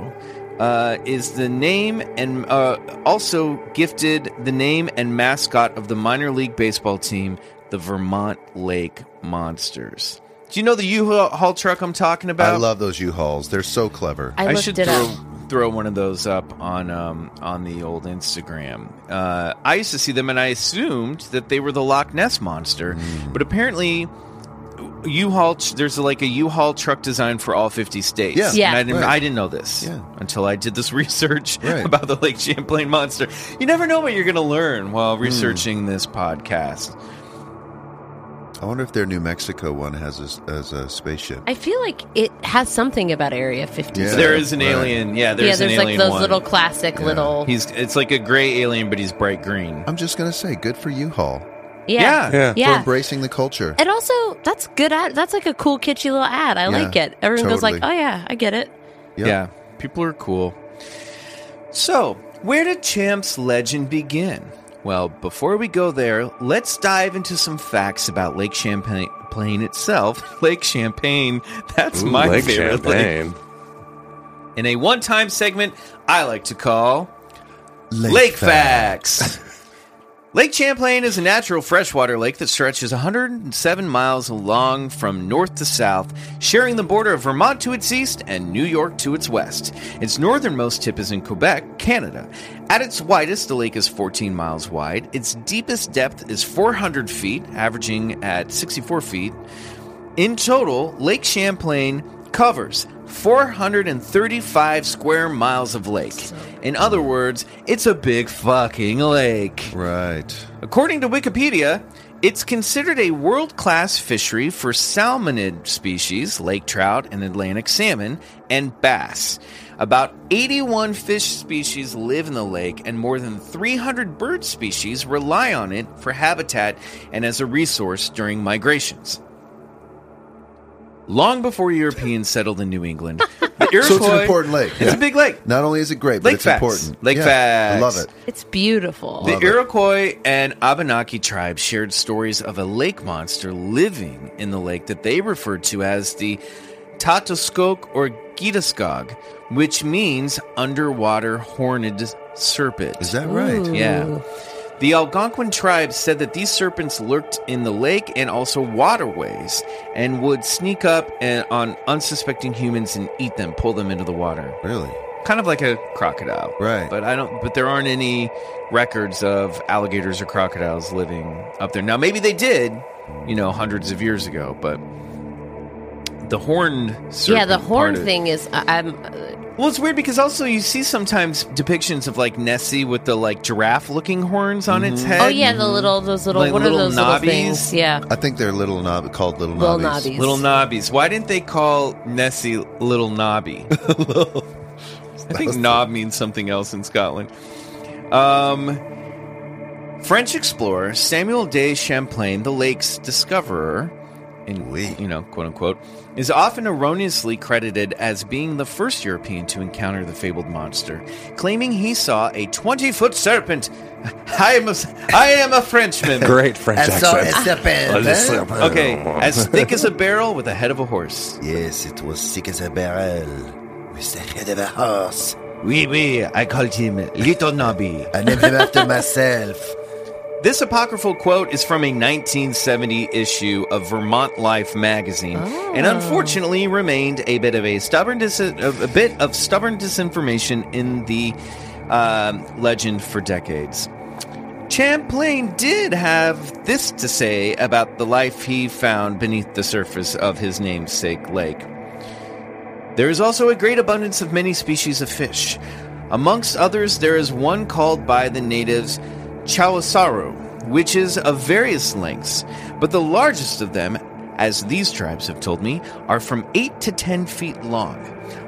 Speaker 2: uh, is the name and uh, also gifted the name and mascot of the minor league baseball team, the Vermont Lake Monsters. Do you know the U-Haul truck I'm talking about?
Speaker 3: I love those U-Hauls. They're so clever.
Speaker 2: I, should throw, throw one of those up on um, on the old Instagram. Uh, I used to see them, and I assumed that they were the Loch Ness monster,
Speaker 5: Hmm.
Speaker 2: but apparently. U-Haul, tr- there's like a U-Haul truck design for all 50 states.
Speaker 5: Yeah. Yeah.
Speaker 2: And I didn't,
Speaker 5: Right.
Speaker 2: I didn't know this until I did this research about the Lake Champlain monster. You never know what you're going to learn while
Speaker 5: Hmm.
Speaker 2: researching this podcast.
Speaker 3: I wonder if their New Mexico one has a, s- as a spaceship.
Speaker 5: I feel like it has something about Area 50.
Speaker 3: Yeah,
Speaker 2: there is an
Speaker 3: right.
Speaker 2: alien. Yeah,
Speaker 5: yeah,
Speaker 2: there's,
Speaker 5: there's
Speaker 2: an
Speaker 5: like
Speaker 2: alien
Speaker 5: those
Speaker 2: one.
Speaker 5: little classic little.
Speaker 2: He's it's like a gray alien, but he's bright green.
Speaker 3: I'm just gonna say, good for U-Haul.
Speaker 5: Yeah. Yeah. Yeah.
Speaker 3: For embracing the culture.
Speaker 5: And also, that's good ad. That's like a cool, kitschy little ad. I
Speaker 2: Yeah,
Speaker 5: like it. Everyone goes like, "Oh
Speaker 2: totally.
Speaker 5: yeah, I get it."
Speaker 2: Yeah, people are cool. So, where did Champ's legend begin? Well, before we go there, let's dive into some facts about Lake Champlain Plain itself. Lake Champagne, that's
Speaker 4: Ooh,
Speaker 2: my
Speaker 4: Lake
Speaker 2: favorite
Speaker 4: Champagne.
Speaker 2: lake. In a one time segment I like to call Lake,
Speaker 4: Lake
Speaker 2: Facts. Lake Champlain is a natural freshwater lake that stretches 107 miles along from north to south, sharing the border of Vermont to its east and New York to its west. Its northernmost tip is in Quebec, Canada. At its widest, the lake is 14 miles wide. Its deepest depth is 400 feet, averaging at 64 feet. In total, Lake Champlain covers 435 square miles of lake. In other words, it's a big fucking lake.
Speaker 3: Right.
Speaker 2: According to Wikipedia, it's considered a world class fishery for salmonid species, lake trout and Atlantic salmon, and bass. About 81 fish species live in the lake, and more than 300 bird species rely on it for habitat and as a resource during migrations. Long before Europeans settled in New England, the Iroquois,
Speaker 3: so it's an important lake.
Speaker 2: It's a big lake.
Speaker 3: Not only is it great, but
Speaker 2: Lake
Speaker 3: it's
Speaker 2: facts.
Speaker 3: important.
Speaker 2: Lake
Speaker 3: yeah, I
Speaker 2: facts.
Speaker 3: love it.
Speaker 5: It's beautiful.
Speaker 2: The Iroquois and Abenaki tribes shared stories of a lake monster living in the lake that they referred to as the Tatoskok or Gitaskog, which means underwater horned serpent. Is
Speaker 3: that right? Ooh.
Speaker 2: Yeah. The Algonquin tribes said that these serpents lurked in the lake and also waterways and would sneak up and, on unsuspecting humans and eat them, pull them into the water.
Speaker 3: Really?
Speaker 2: Kind of like a crocodile. Right. But I don't but there aren't any records of alligators or crocodiles living up there. Now maybe they did, you know, hundreds of years ago, but the horned serpent
Speaker 5: yeah, the horn
Speaker 2: part of-
Speaker 5: thing is. I- I'm. oh,
Speaker 2: well, it's weird because also you see sometimes depictions of like Nessie with the like giraffe looking horns on its head.
Speaker 5: Oh yeah, the little those little
Speaker 2: Like
Speaker 5: what
Speaker 2: little
Speaker 5: are those
Speaker 2: knobbies?
Speaker 5: little things? Yeah.
Speaker 3: I think they're little knob called little,
Speaker 5: Little
Speaker 3: knobbies.
Speaker 5: knobbies.
Speaker 2: Little knobbies. Why didn't they call Nessie Little Knobby? I think knob means something else in Scotland. Um, French explorer Samuel de Champlain, the lake's discoverer, in you know, quote unquote, is often erroneously credited as being the first European to encounter the fabled monster, claiming he saw a twenty-foot serpent. I am a, I am a Frenchman.
Speaker 7: Great French I saw accent. a
Speaker 5: Ah.
Speaker 7: serpent. I just-
Speaker 2: Okay, as thick as a barrel with the head of a horse.
Speaker 9: Yes, it was thick as a barrel with the head of a horse.
Speaker 2: Oui, oui, I called him Little Nobby.
Speaker 9: I named him after myself.
Speaker 2: This apocryphal quote is from a 1970 issue of Vermont Life magazine, and unfortunately remained a bit of a stubborn dis- a bit of stubborn disinformation in the um, legend for decades. Champlain did have this to say about the life he found beneath the surface of his namesake lake. There is also a great abundance of many species of fish. Amongst others, there is one called by the natives Chawasaru, which is of various lengths, but the largest of them, as these tribes have told me, are from 8 to 10 feet long.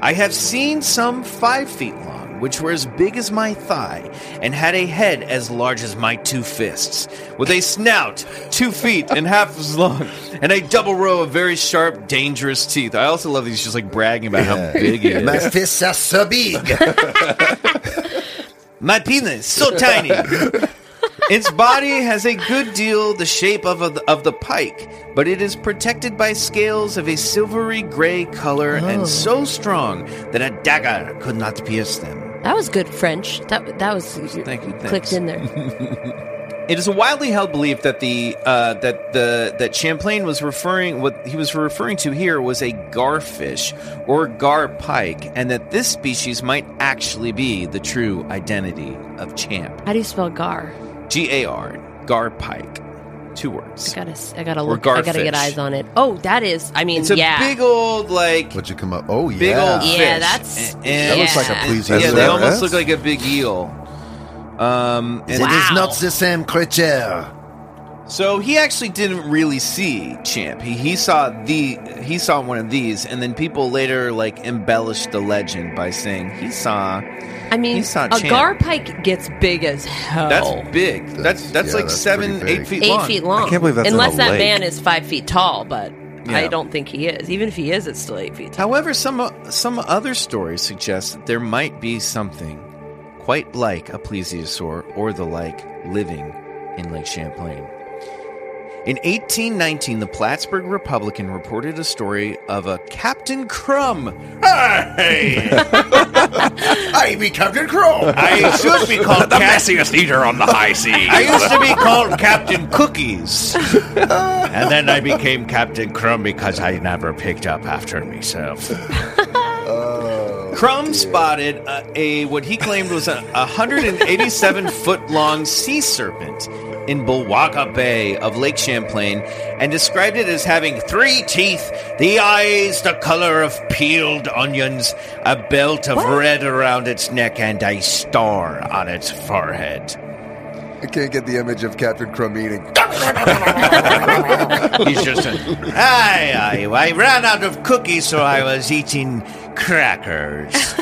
Speaker 2: I have seen some 5 feet long, which were as big as my thigh, and had a head as large as my two fists, with a snout two feet and half as long, and a double row of very sharp, dangerous teeth. I also love that he's just like bragging about how big it is.
Speaker 9: My fists are so big.
Speaker 2: My penis so tiny. its body has a good deal the shape of, a, of the pike, but it is protected by scales of a silvery gray color
Speaker 5: Oh.
Speaker 2: and so strong that a dagger could not pierce them.
Speaker 5: That was good French. That that was clicked in there.
Speaker 2: It is a widely held belief that the uh, that the that Champlain was referring what he was referring to here was a garfish or gar pike, and that this species might actually be the true identity of Champ.
Speaker 5: How do you spell gar?
Speaker 2: G A R gar pike, two words.
Speaker 5: I gotta s- I gotta
Speaker 2: Or
Speaker 5: look. I gotta get
Speaker 2: garfish.
Speaker 5: eyes on it. Oh, that is. I mean,
Speaker 2: It's a
Speaker 5: yeah.
Speaker 2: big old like.
Speaker 3: What'd you come up? Oh yeah.
Speaker 2: Big old E. fish.
Speaker 5: Yeah, that's-
Speaker 2: And-
Speaker 5: That looks like a
Speaker 2: and-
Speaker 3: plesiosaur.
Speaker 2: Yeah, they almost
Speaker 3: That's-
Speaker 2: look like a big eel. Um,
Speaker 9: It is not the same creature.
Speaker 2: So he actually didn't really see Champ. He, he saw the he saw one of these, and then people later like embellished the legend by saying he saw.
Speaker 5: I mean,
Speaker 2: he saw
Speaker 5: a
Speaker 2: Champ.
Speaker 5: gar pike gets big as hell.
Speaker 2: That's big. That's that's,
Speaker 5: yeah,
Speaker 2: like
Speaker 5: that's
Speaker 2: seven,
Speaker 5: pretty
Speaker 2: eight feet
Speaker 5: eight
Speaker 2: long.
Speaker 5: feet long. unless that man is five feet tall, but
Speaker 2: Yeah.
Speaker 5: I don't think he is. Even if he is, it's still eight feet. tall.
Speaker 2: However, some some other stories suggest that there might be something quite like a plesiosaur or the like living in Lake Champlain. In 1819, the Plattsburgh Republican reported a story of a Captain Crumb. Hey!
Speaker 7: I be Captain Crow.
Speaker 2: I should be called
Speaker 4: the
Speaker 2: Cap-
Speaker 4: messiest eater on the high seas.
Speaker 2: I used to be called Captain Cookies. and then I became Captain Crumb because I never picked up after myself. Crumb spotted a, a what he claimed was a 187 foot long sea serpent in Bulwaga Bay of Lake Champlain and described it as having three teeth, the eyes the color of peeled onions, a belt of red around its neck, and a star on its forehead.
Speaker 3: I can't get the image of Captain Crumb eating.
Speaker 2: He's just a, I, I, I ran out of cookies, so I was eating crackers.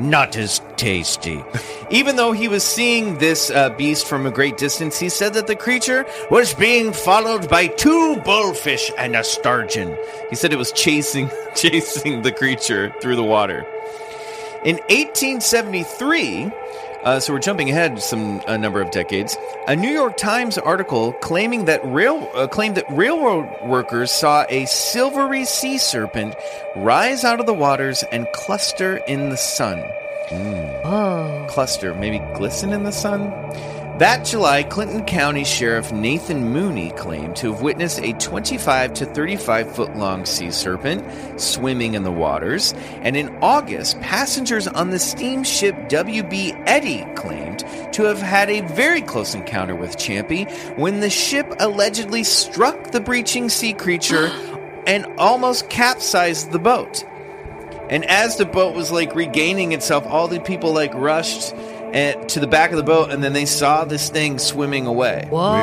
Speaker 2: Not as tasty. Even though he was seeing this uh, beast from a great distance, he said that the creature was being followed by two bullfish and a sturgeon. He said it was chasing, chasing the creature through the water. In 1873, uh, so we're jumping ahead some a number of decades. A New York Times article claiming that rail uh, claimed that railroad workers saw a silvery sea serpent rise out of the waters and cluster in the sun. Oh, cluster, maybe glisten in the sun. That July, Clinton County Sheriff Nathan Mooney claimed to have witnessed a 25 to 35 foot long sea serpent swimming in the waters. And in August, passengers on the steamship WB Eddy claimed to have had a very close encounter with Champy when the ship allegedly struck the breaching sea creature and almost capsized the boat. And as the boat was like regaining itself, all the people like rushed eh, to the back of the boat, and then they saw this thing swimming away.
Speaker 5: Whoa.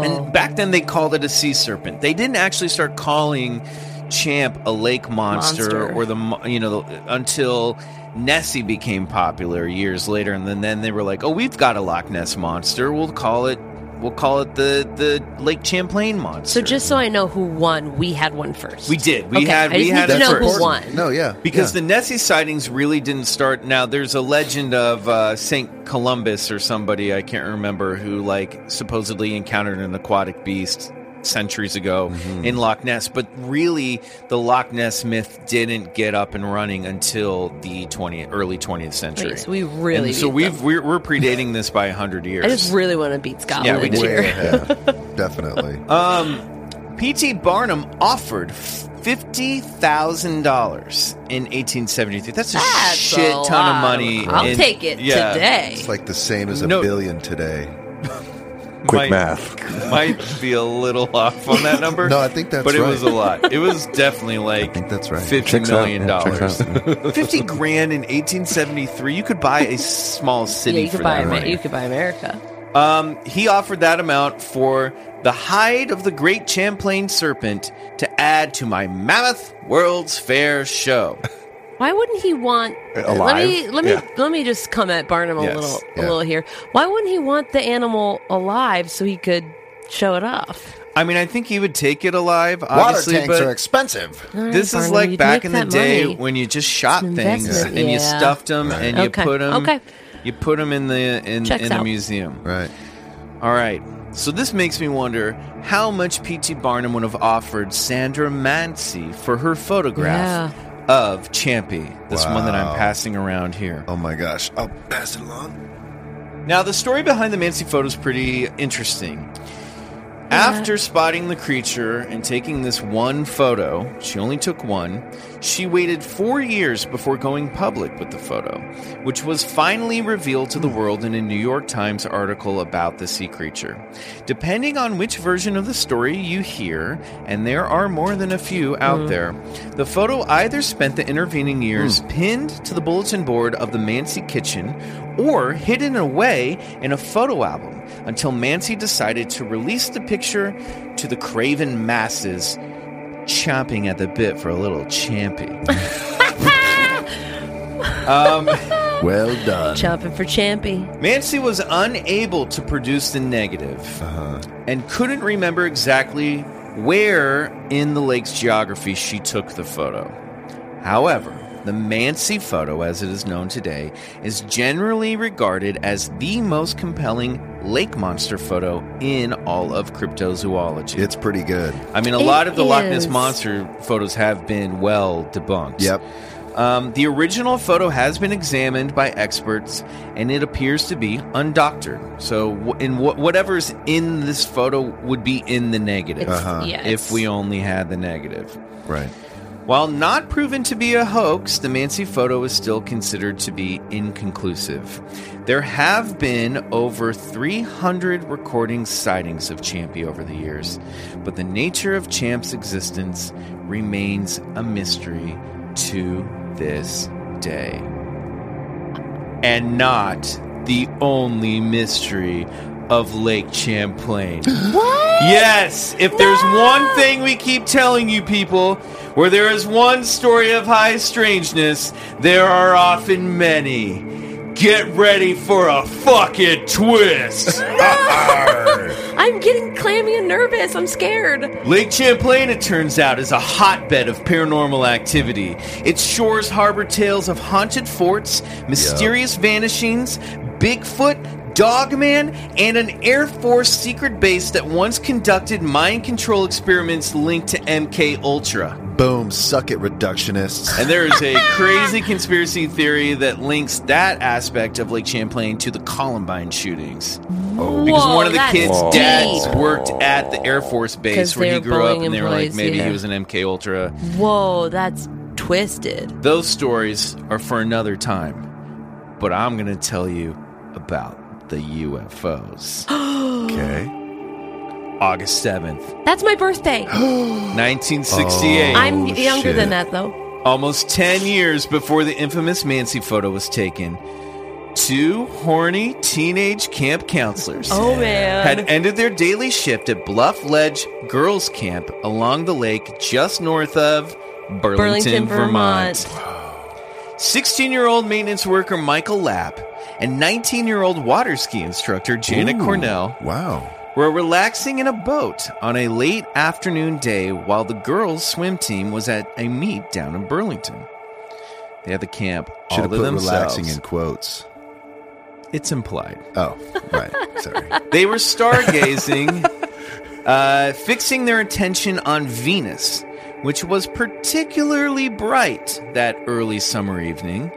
Speaker 5: Weird.
Speaker 2: And back then they called it a sea serpent. They didn't actually start calling Champ a lake monster,
Speaker 5: Monster.
Speaker 2: or the mo- you know the, until Nessie became popular years later, and then then they were like, oh, we've got a Loch Ness monster. We'll call it we'll call it the the Lake Champlain monster.
Speaker 5: So just so I know who won, we had one first.
Speaker 2: We did. We
Speaker 5: Okay,
Speaker 2: had.
Speaker 5: I
Speaker 2: we
Speaker 5: just
Speaker 2: had
Speaker 5: need to
Speaker 2: it
Speaker 5: know
Speaker 2: first.
Speaker 5: who won.
Speaker 3: No, yeah.
Speaker 2: Because
Speaker 3: yeah.
Speaker 2: the Nessie sightings really didn't start. Now, there's a legend of uh, St. Columbus or somebody, I can't remember, who like supposedly encountered an aquatic beast centuries ago in Loch Ness. But really, the Loch Ness myth didn't get up and running until the 20th, early 20th century.
Speaker 5: Wait, so we really
Speaker 2: And so
Speaker 5: beat
Speaker 2: we've, we're, we're predating this by 100 years.
Speaker 5: I just really want to beat Scotland
Speaker 2: Yeah, we did.
Speaker 5: here.
Speaker 3: Definitely.
Speaker 2: Uh, Um, P.T. Barnum offered fifty thousand dollars in 1873. That's a
Speaker 5: That's
Speaker 2: shit
Speaker 5: a
Speaker 2: ton
Speaker 5: lot
Speaker 2: of
Speaker 5: of
Speaker 2: money.
Speaker 5: money. I'll
Speaker 2: in-
Speaker 5: take it today.
Speaker 3: It's like the same as a
Speaker 2: No.
Speaker 3: billion today.
Speaker 2: Might- might be a little off on that number.
Speaker 3: No, I think that's
Speaker 2: but it
Speaker 3: right.
Speaker 2: was a lot. It was definitely like
Speaker 3: That's right.
Speaker 2: fifty million
Speaker 3: Yeah, checks
Speaker 2: dollars.
Speaker 3: out.
Speaker 2: Fifty grand in 1873. You could buy a small city
Speaker 5: yeah, you
Speaker 2: for
Speaker 5: could buy
Speaker 2: that
Speaker 5: Ama-
Speaker 2: money.
Speaker 5: you could buy America.
Speaker 2: Um, he offered that amount for the hide of the great Champlain serpent to add to my Mammoth World's Fair show.
Speaker 5: Why wouldn't he want? Let me
Speaker 2: Uh, alive?
Speaker 5: let me
Speaker 2: Yeah.
Speaker 5: let me just come at Barnum a
Speaker 2: Yes,
Speaker 5: little a
Speaker 2: yeah.
Speaker 5: little here. Why wouldn't he want the animal alive so he could show it off?
Speaker 2: I mean, I think he would take it alive.
Speaker 7: Water
Speaker 2: Obviously,
Speaker 7: tanks
Speaker 2: but
Speaker 7: are expensive.
Speaker 2: This is like back in the day when you just shot
Speaker 7: It's an
Speaker 2: things and
Speaker 7: investment.
Speaker 2: you
Speaker 7: Yeah.
Speaker 2: stuffed them
Speaker 7: Right.
Speaker 2: and you
Speaker 7: Okay.
Speaker 2: put them.
Speaker 7: Okay.
Speaker 2: You put 'em in the in,
Speaker 7: Checks
Speaker 2: in the
Speaker 7: out.
Speaker 2: museum.
Speaker 3: Right.
Speaker 2: All right. So this makes me wonder how much P.T. Barnum would have offered Sandra Mancy for her photograph of Champy, this one that
Speaker 3: Wow.
Speaker 2: I'm passing around here.
Speaker 3: Oh my gosh. I'll pass it along.
Speaker 2: Now, the story behind the Mancy photo is pretty interesting. After spotting the creature and taking this one photo, she only took one, she waited four years before going public with the photo, which was finally revealed to the world in a New York Times article about the sea creature. Depending on which version of the story you hear, and there are more than a few out
Speaker 7: Mm.
Speaker 2: there, the photo either spent the intervening years pinned to the bulletin board of the Mancy kitchen or hidden away in a photo album until Mancy decided to release the picture to the craven masses, chomping at the bit for a little champy. um,
Speaker 3: well done.
Speaker 5: Chopping for Champy.
Speaker 2: Mancy was unable to produce the negative and couldn't remember exactly where in the lake's geography she took the photo. However, the Mancy photo, as it is known today, is generally regarded as the most compelling lake monster photo in all of cryptozoology.
Speaker 3: It's pretty good.
Speaker 2: I mean, a
Speaker 3: It
Speaker 2: lot of the Loch Ness
Speaker 3: is.
Speaker 2: monster photos have been well debunked.
Speaker 3: Yep.
Speaker 2: Um, the original photo has been examined by experts, and it appears to be undoctored. So, w- in wh- whatever's in this photo would be in the negative.
Speaker 3: It's- Uh-huh. yeah,
Speaker 2: If we only had the negative,
Speaker 3: right?
Speaker 2: While not proven to be a hoax, the Mansi photo is still considered to be inconclusive. There have been over 300 recording sightings of Champy over the years, but the nature of Champ's existence remains a mystery to this day. And not the only mystery of Lake Champlain.
Speaker 10: What?
Speaker 2: Yes, if there's one thing we keep telling you people, where there is one story of high strangeness, there are often many. Get ready for a fucking twist.
Speaker 5: I'm getting clammy and nervous. I'm scared.
Speaker 2: Lake Champlain, it turns out, is a hotbed of paranormal activity. Its shores harbor tales of haunted forts, mysterious vanishings, Bigfoot, Dogman, and an Air Force secret base that once conducted mind control experiments linked to MK Ultra.
Speaker 3: Boom, suck it, reductionists.
Speaker 2: And there is a crazy conspiracy theory that links that aspect of Lake Champlain to the Columbine shootings. Oh, because
Speaker 4: Whoa,
Speaker 2: one of the
Speaker 4: that's
Speaker 2: kids'
Speaker 4: deep.
Speaker 2: dads worked at the Air Force
Speaker 5: 'Cause
Speaker 2: base where
Speaker 5: they
Speaker 2: he
Speaker 5: were
Speaker 2: grew up,
Speaker 5: bullying
Speaker 2: and they were like,
Speaker 5: employees,
Speaker 2: maybe
Speaker 5: yeah.
Speaker 2: he was an MK Ultra.
Speaker 5: Whoa, that's twisted.
Speaker 2: Those stories are for another time, but I'm going to tell you about the UFOs. okay. August 7th,
Speaker 5: That's my birthday.
Speaker 2: Oh, 1968.
Speaker 5: I'm younger than that though.
Speaker 2: Almost 10 years before the infamous Mansi photo was taken, two horny teenage camp counselors
Speaker 5: Oh, man.
Speaker 2: had ended their daily shift at Bluff Ledge Girls Camp along the lake just north of Burlington,
Speaker 5: Burlington, Vermont.
Speaker 2: Vermont. 16 year old maintenance worker Michael Lapp and 19 year old water ski instructor Janet
Speaker 3: Ooh,
Speaker 2: Cornell.
Speaker 3: Wow.
Speaker 2: Were relaxing in a boat on a late afternoon day while the girls' swim team was at a meet down in Burlington. They had the camp all
Speaker 3: Should have
Speaker 2: to
Speaker 3: put
Speaker 2: themselves.
Speaker 3: relaxing in quotes.
Speaker 2: It's implied.
Speaker 3: Oh, right. Sorry.
Speaker 2: They were stargazing, uh, fixing their attention on Venus, which was particularly bright that early summer evening.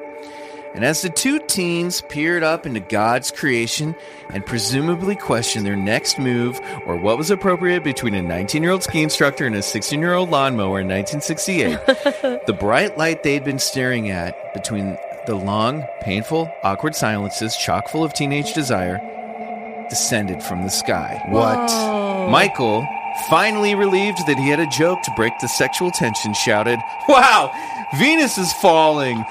Speaker 2: And as the two teens peered up into God's creation and presumably questioned their next move or what was appropriate between a 19 year old ski instructor and a 16 year old lawnmower in 1968, the bright light they'd been staring at between the long, painful, awkward silences chock full of teenage desire descended from the sky.
Speaker 3: What?
Speaker 2: Michael, finally relieved that he had a joke to break the sexual tension, shouted, Wow, Venus is falling!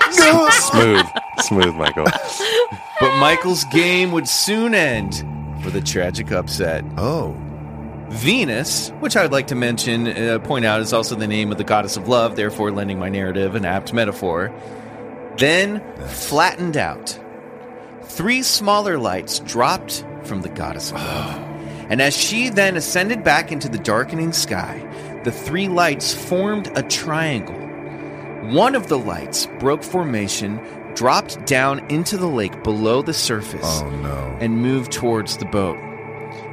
Speaker 4: smooth, smooth, Michael.
Speaker 2: But Michael's game would soon end with a tragic upset.
Speaker 3: Oh.
Speaker 2: Venus, which I would like to mention, uh, point out is also the name of the goddess of love, therefore lending my narrative an apt metaphor, then flattened out. Three smaller lights dropped from the goddess of love. And as she then ascended back into the darkening sky, the three lights formed a triangle. One of the lights broke formation, dropped down into the lake below the
Speaker 3: Oh,
Speaker 2: surface, and moved towards the boat.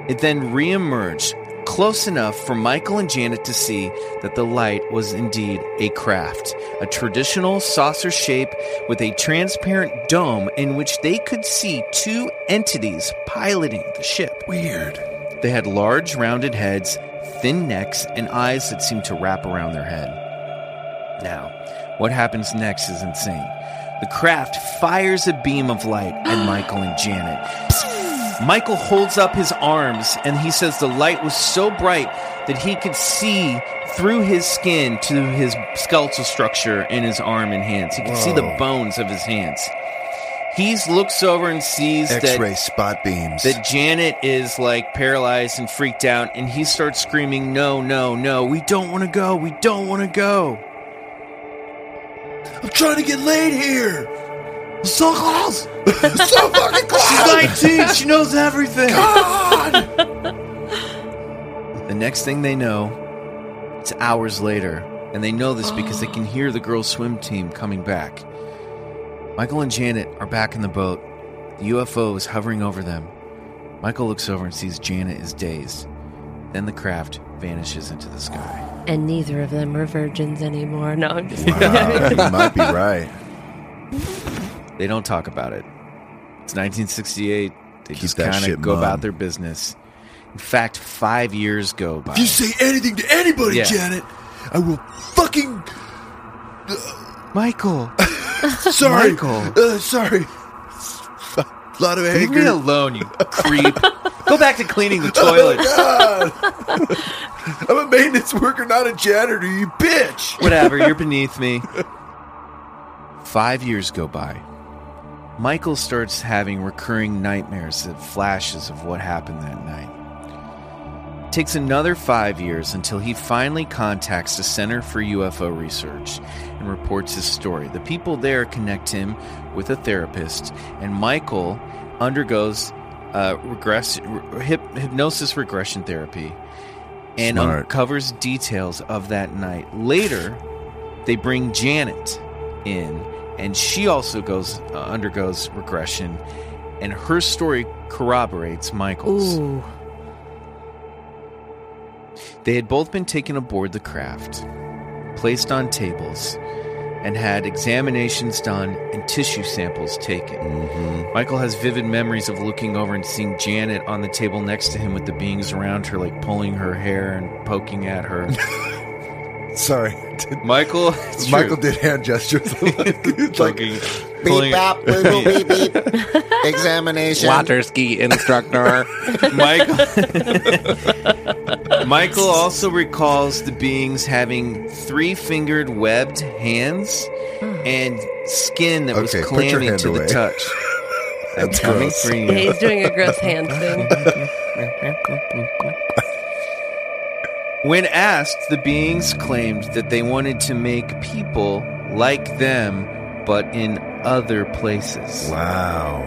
Speaker 2: It then reemerged close enough for Michael and Janet to see that the light was indeed a craft, a traditional saucer shape with a transparent dome in which they could see two entities piloting the ship. Weird. They had large rounded heads, thin necks, and eyes that seemed to wrap around their head. Now, what happens next is insane. The craft fires a beam of light at Michael and Janet. Michael holds up his arms and he says the light was so bright that he could see through his skin to his skeletal structure in his arm and hands. He could see the
Speaker 3: Whoa.
Speaker 2: bones of his hands. He looks over and sees that
Speaker 3: X-ray spot beams.
Speaker 2: that Janet is like paralyzed and freaked out, and he starts screaming, No, no, no, we don't want to go, we don't want to go.
Speaker 10: I'm trying to get laid here. I'm so close.
Speaker 7: so fucking
Speaker 10: close.
Speaker 2: She's 19. She knows everything. The next thing they know, it's hours later, and they know this because they can hear the girls' swim team coming back. Michael and Janet are back in the boat. The UFO is hovering over them, Michael looks over and sees Janet is dazed. Then the craft vanishes into the sky.
Speaker 5: And neither of them are virgins anymore. No, I'm just
Speaker 2: Wow, you might be
Speaker 3: right.
Speaker 2: They don't talk about it. It's 1968. They just
Speaker 3: that
Speaker 2: kind
Speaker 3: shit
Speaker 2: of go
Speaker 3: mum.
Speaker 2: about their business. In fact, five years go by.
Speaker 10: If you say anything to anybody,
Speaker 2: Yeah.
Speaker 10: Janet, I will fucking.
Speaker 2: Michael.
Speaker 10: sorry.
Speaker 2: Michael.
Speaker 10: Uh, sorry. lot of
Speaker 2: Leave
Speaker 10: anger.
Speaker 2: me alone, you creep. Go back to cleaning the toilet.
Speaker 10: I'm a maintenance worker, not a janitor, you bitch.
Speaker 2: Whatever, you're beneath me. Five years go by. Michael starts having recurring nightmares that flashes of what happened that night. Takes another five years until he finally contacts the Center for UFO Research and reports his story. The people there connect him with a therapist, and Michael undergoes uh, regress, re- hyp- hypnosis regression therapy and
Speaker 3: Smart.
Speaker 2: uncovers details of that night. Later, they bring Janet in, and she also goes uh, undergoes regression, and her story corroborates Michael's.
Speaker 5: Ooh.
Speaker 2: They had both been taken aboard the craft, placed on tables, and had examinations done and tissue samples taken.
Speaker 3: Mm-hmm.
Speaker 2: Michael has vivid memories of looking over and seeing Janet on the table next to him with the beings around her, like pulling her hair and poking at her.
Speaker 3: Sorry.
Speaker 2: Michael, it's true.
Speaker 3: Michael did hand gestures.
Speaker 2: Poking- pulling-
Speaker 9: Beep bop, boop, boop, beep beep. Examination.
Speaker 2: ski instructor. Michael Michael also recalls the beings having three fingered webbed hands and skin that was
Speaker 3: Okay, put your
Speaker 2: clammy
Speaker 3: hand
Speaker 2: to the
Speaker 3: away.
Speaker 2: touch. I'm
Speaker 3: That's
Speaker 2: coming
Speaker 3: gross.
Speaker 2: for you.
Speaker 5: Yeah, he's doing a gross hand thing.
Speaker 2: When asked, the beings claimed that they wanted to make people like them, but in other places.
Speaker 3: Wow.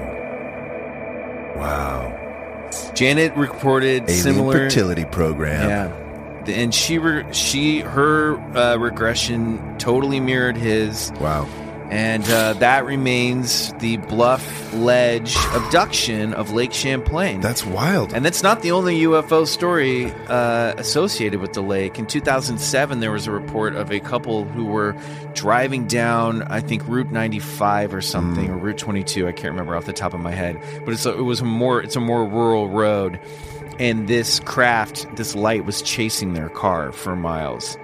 Speaker 3: Wow.
Speaker 2: Janet reported
Speaker 3: Alien
Speaker 2: similar
Speaker 3: fertility program.
Speaker 2: Yeah, The- and she re- she her uh, regression totally mirrored his.
Speaker 3: Wow.
Speaker 2: And uh, that remains the Bluff Ledge abduction of Lake Champlain.
Speaker 3: That's wild.
Speaker 2: And that's not the only UFO story uh, associated with the lake. In 2007, there was a report of a couple who were driving down, I think, Route 95 or something, or Route 22. I can't remember off the top of my head, but it's a, it was a more it's a more rural road, and this craft, this light, was chasing their car for miles.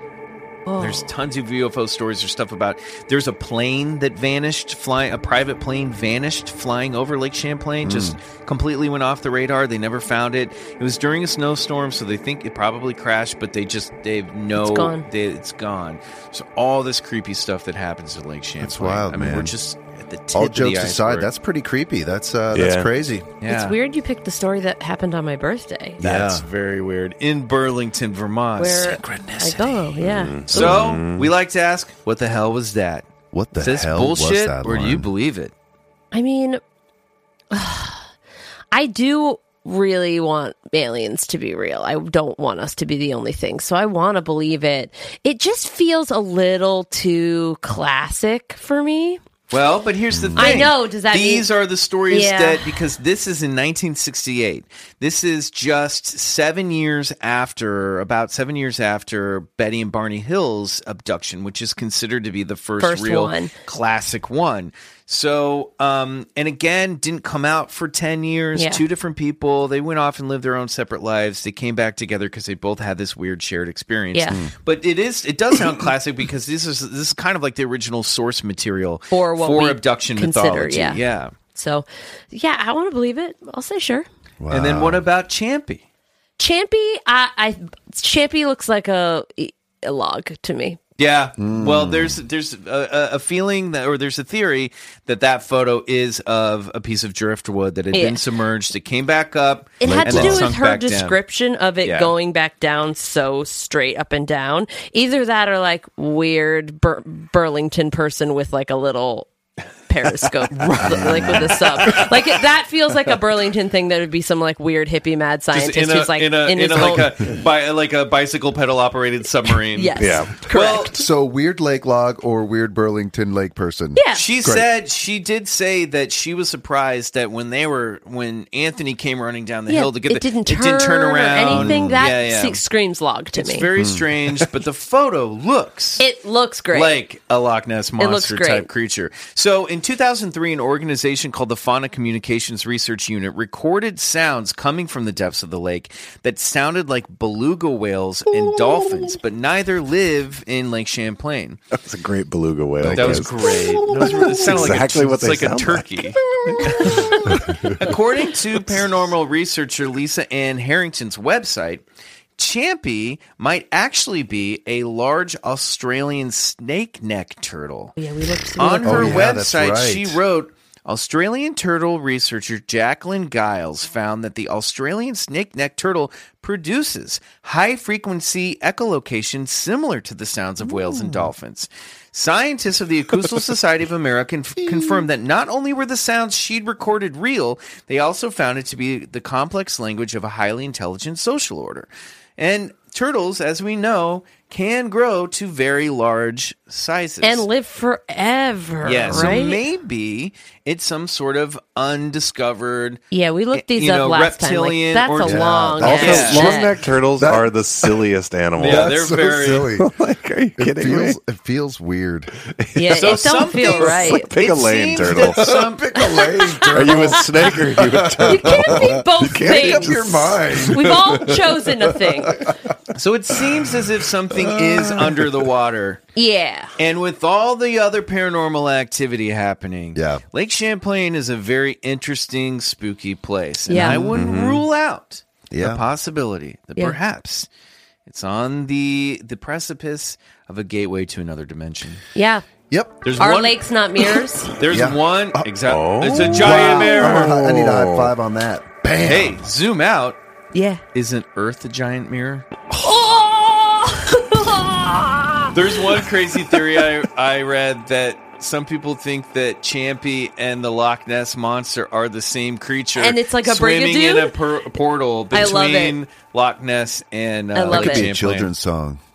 Speaker 2: There's tons of UFO stories or stuff about. There's a plane that vanished, flying a private plane vanished flying over Lake Champlain, just
Speaker 3: Hmm.
Speaker 2: completely went off the radar. They never found it. It was during a snowstorm, so they think it probably crashed, but they just they've no,
Speaker 5: It's gone.
Speaker 2: They, it's gone. So all this creepy stuff that happens at Lake Champlain.
Speaker 3: That's wild,
Speaker 2: I mean,
Speaker 3: man.
Speaker 2: we're just at the tip
Speaker 3: All
Speaker 2: of the
Speaker 3: jokes aside,
Speaker 2: iceberg.
Speaker 3: that's pretty creepy. That's uh, that's
Speaker 2: Yeah.
Speaker 3: crazy.
Speaker 2: Yeah.
Speaker 5: It's weird you picked the story that happened on my birthday.
Speaker 2: That's very weird. In Burlington, Vermont.
Speaker 5: Where I go, yeah.
Speaker 2: So we like to ask, what the hell was that?
Speaker 3: What the
Speaker 2: Is this
Speaker 3: hell was
Speaker 2: bullshit,
Speaker 3: that,
Speaker 2: or do you
Speaker 3: Lauren?
Speaker 2: believe it?
Speaker 5: I mean, I do really want aliens to be real. I don't want us to be the only thing. So I want to believe it. It just feels a little too classic for me.
Speaker 2: Well, but here's the thing.
Speaker 5: I know, does that
Speaker 2: These
Speaker 5: mean-
Speaker 2: are the stories
Speaker 5: Yeah.
Speaker 2: that because this is in 1968. This is just 7 years after about 7 years after Betty and Barney Hill's abduction, which is considered to be the first,
Speaker 5: First
Speaker 2: real
Speaker 5: one.
Speaker 2: classic one. So, um and again, didn't come out for 10 years,
Speaker 5: Yeah.
Speaker 2: two different people. They went off and lived their own separate lives. They came back together because they both had this weird shared experience.
Speaker 5: Yeah. Mm.
Speaker 2: But it is it does sound classic because this is this is kind of like the original source material
Speaker 5: For what
Speaker 2: for
Speaker 5: we
Speaker 2: abduction
Speaker 5: consider,
Speaker 2: mythology.
Speaker 5: yeah.
Speaker 2: Yeah.
Speaker 5: So, yeah, I want to believe it. I'll say sure.
Speaker 2: And then what about Champy?
Speaker 5: Champy, I, I Champy looks like a, e, a log to me.
Speaker 2: Yeah. Well, there's there's a, a- a feeling that, or there's a theory that that photo is of a piece of driftwood that had
Speaker 5: Yeah.
Speaker 2: been submerged. It came back up.
Speaker 5: It had
Speaker 2: and then
Speaker 5: to do with
Speaker 2: sunk
Speaker 5: her
Speaker 2: back down.
Speaker 5: description of it
Speaker 2: Yeah.
Speaker 5: going back down so straight up and down. Either that or like weird Bur- Burlington person with like a little Periscope, like with a sub. Like it, that feels like a Burlington thing. That would be some like weird hippie mad scientist
Speaker 2: in a,
Speaker 5: who's like
Speaker 2: in a, in
Speaker 5: his
Speaker 2: a
Speaker 5: own-
Speaker 2: like a bi- like a bicycle pedal operated submarine.
Speaker 5: Yes. Yeah. Correct.
Speaker 3: so weird lake log or weird Burlington Lake person.
Speaker 2: She
Speaker 3: Great.
Speaker 2: said she did say that she was surprised that when they were when Anthony came running down the
Speaker 5: Yeah,
Speaker 2: hill to get
Speaker 5: it
Speaker 2: the,
Speaker 5: didn't turn,
Speaker 2: turn around
Speaker 5: or anything. That
Speaker 2: Yeah, yeah.
Speaker 5: se- screams log to
Speaker 2: it's
Speaker 5: me.
Speaker 2: very strange, but the photo looks
Speaker 5: It looks great.
Speaker 2: like a Loch Ness
Speaker 5: looks
Speaker 2: monster
Speaker 5: great.
Speaker 2: type creature. So in 2003, an organization called the Fauna Communications Research Unit recorded sounds coming from the depths of the lake that sounded like beluga whales and dolphins, but neither live in Lake Champlain.
Speaker 4: That's a great beluga whale.
Speaker 2: That was great. Those were, it sounded
Speaker 4: exactly
Speaker 2: like a,
Speaker 4: what
Speaker 2: it's
Speaker 4: they
Speaker 2: like a
Speaker 4: sound
Speaker 2: turkey. According to paranormal researcher Lisa Ann Harrington's website, Champy might actually be a large Australian snake neck turtle.
Speaker 5: Yeah, we looked we
Speaker 2: On
Speaker 5: looked-
Speaker 2: her
Speaker 5: Oh, yeah, that's
Speaker 2: website,
Speaker 5: right.
Speaker 2: she wrote Australian turtle researcher Jacqueline Giles found that the Australian snake neck turtle produces high frequency echolocation similar to the sounds of whales and dolphins. Scientists of the Acoustical Society of America conf- confirmed that not only were the sounds she'd recorded real, they also found it to be the complex language of a highly intelligent social order. And turtles, as we know, can grow to very large sizes.
Speaker 5: and live forever.
Speaker 2: Yeah, so
Speaker 5: right?
Speaker 2: maybe it's some sort of undiscovered.
Speaker 5: Yeah, we looked these
Speaker 2: you know,
Speaker 5: up last time. Like,
Speaker 2: reptilian
Speaker 5: that's
Speaker 2: or-
Speaker 5: a long.
Speaker 4: Also,
Speaker 5: ass shit.
Speaker 4: long neck turtles are the silliest animals.
Speaker 2: Yeah, they're very-
Speaker 4: like, are you
Speaker 3: It
Speaker 4: kidding
Speaker 3: feels
Speaker 4: me?
Speaker 3: it feels weird.
Speaker 5: Yeah,
Speaker 4: So
Speaker 5: it don't feel
Speaker 4: something-
Speaker 5: right.
Speaker 4: Pick a lane, turtle.
Speaker 2: pick
Speaker 3: a lane,
Speaker 4: Are you a snake or are you a turtle?
Speaker 5: You can't be both
Speaker 4: can't make
Speaker 5: things.
Speaker 4: up your mind.
Speaker 5: We've all chosen a thing.
Speaker 2: So it seems as if something is under the water.
Speaker 5: Yeah.
Speaker 2: And with all the other paranormal activity happening, yeah. Lake Champlain is a very interesting, spooky place. And
Speaker 5: Yeah.
Speaker 2: I wouldn't rule out
Speaker 3: Yeah.
Speaker 2: the possibility that
Speaker 5: Yeah.
Speaker 2: perhaps it's on the the precipice of a gateway to another dimension.
Speaker 5: Yeah.
Speaker 3: Yep.
Speaker 2: There's
Speaker 5: Are
Speaker 2: one
Speaker 5: lakes not mirrors?
Speaker 2: There's
Speaker 3: Yeah.
Speaker 2: one exactly. It's a giant
Speaker 3: Wow.
Speaker 2: mirror.
Speaker 3: I need a high five on that. Bam.
Speaker 2: Hey, zoom out.
Speaker 5: Yeah.
Speaker 2: Isn't Earth a giant mirror?
Speaker 5: oh!
Speaker 2: There's one crazy theory I, I read that some people think that Champy and the Loch Ness monster are the same creature,
Speaker 5: And it's like a
Speaker 2: swimming in a
Speaker 5: brigadoon?
Speaker 2: per- portal
Speaker 5: I love it.
Speaker 2: between Loch Ness and uh,
Speaker 5: I love
Speaker 3: That
Speaker 2: Lake
Speaker 3: could be
Speaker 2: Champlain.
Speaker 3: a children's Uh, song.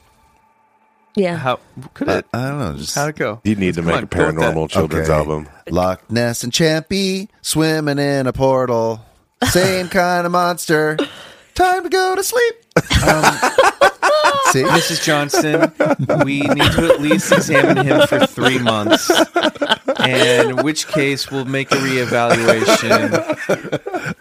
Speaker 5: Yeah.
Speaker 2: How could it?
Speaker 3: I don't know. Just
Speaker 2: How'd it go?
Speaker 4: You need to make
Speaker 2: on,
Speaker 4: a
Speaker 2: go with that.
Speaker 4: paranormal children's
Speaker 3: Okay.
Speaker 4: album.
Speaker 3: Loch Ness and Champy swimming in a portal. Same kind of monster. Time to go to sleep. Um, see,
Speaker 2: Mrs. Johnson, we need to at least examine him for three months, and in which case we'll make a reevaluation.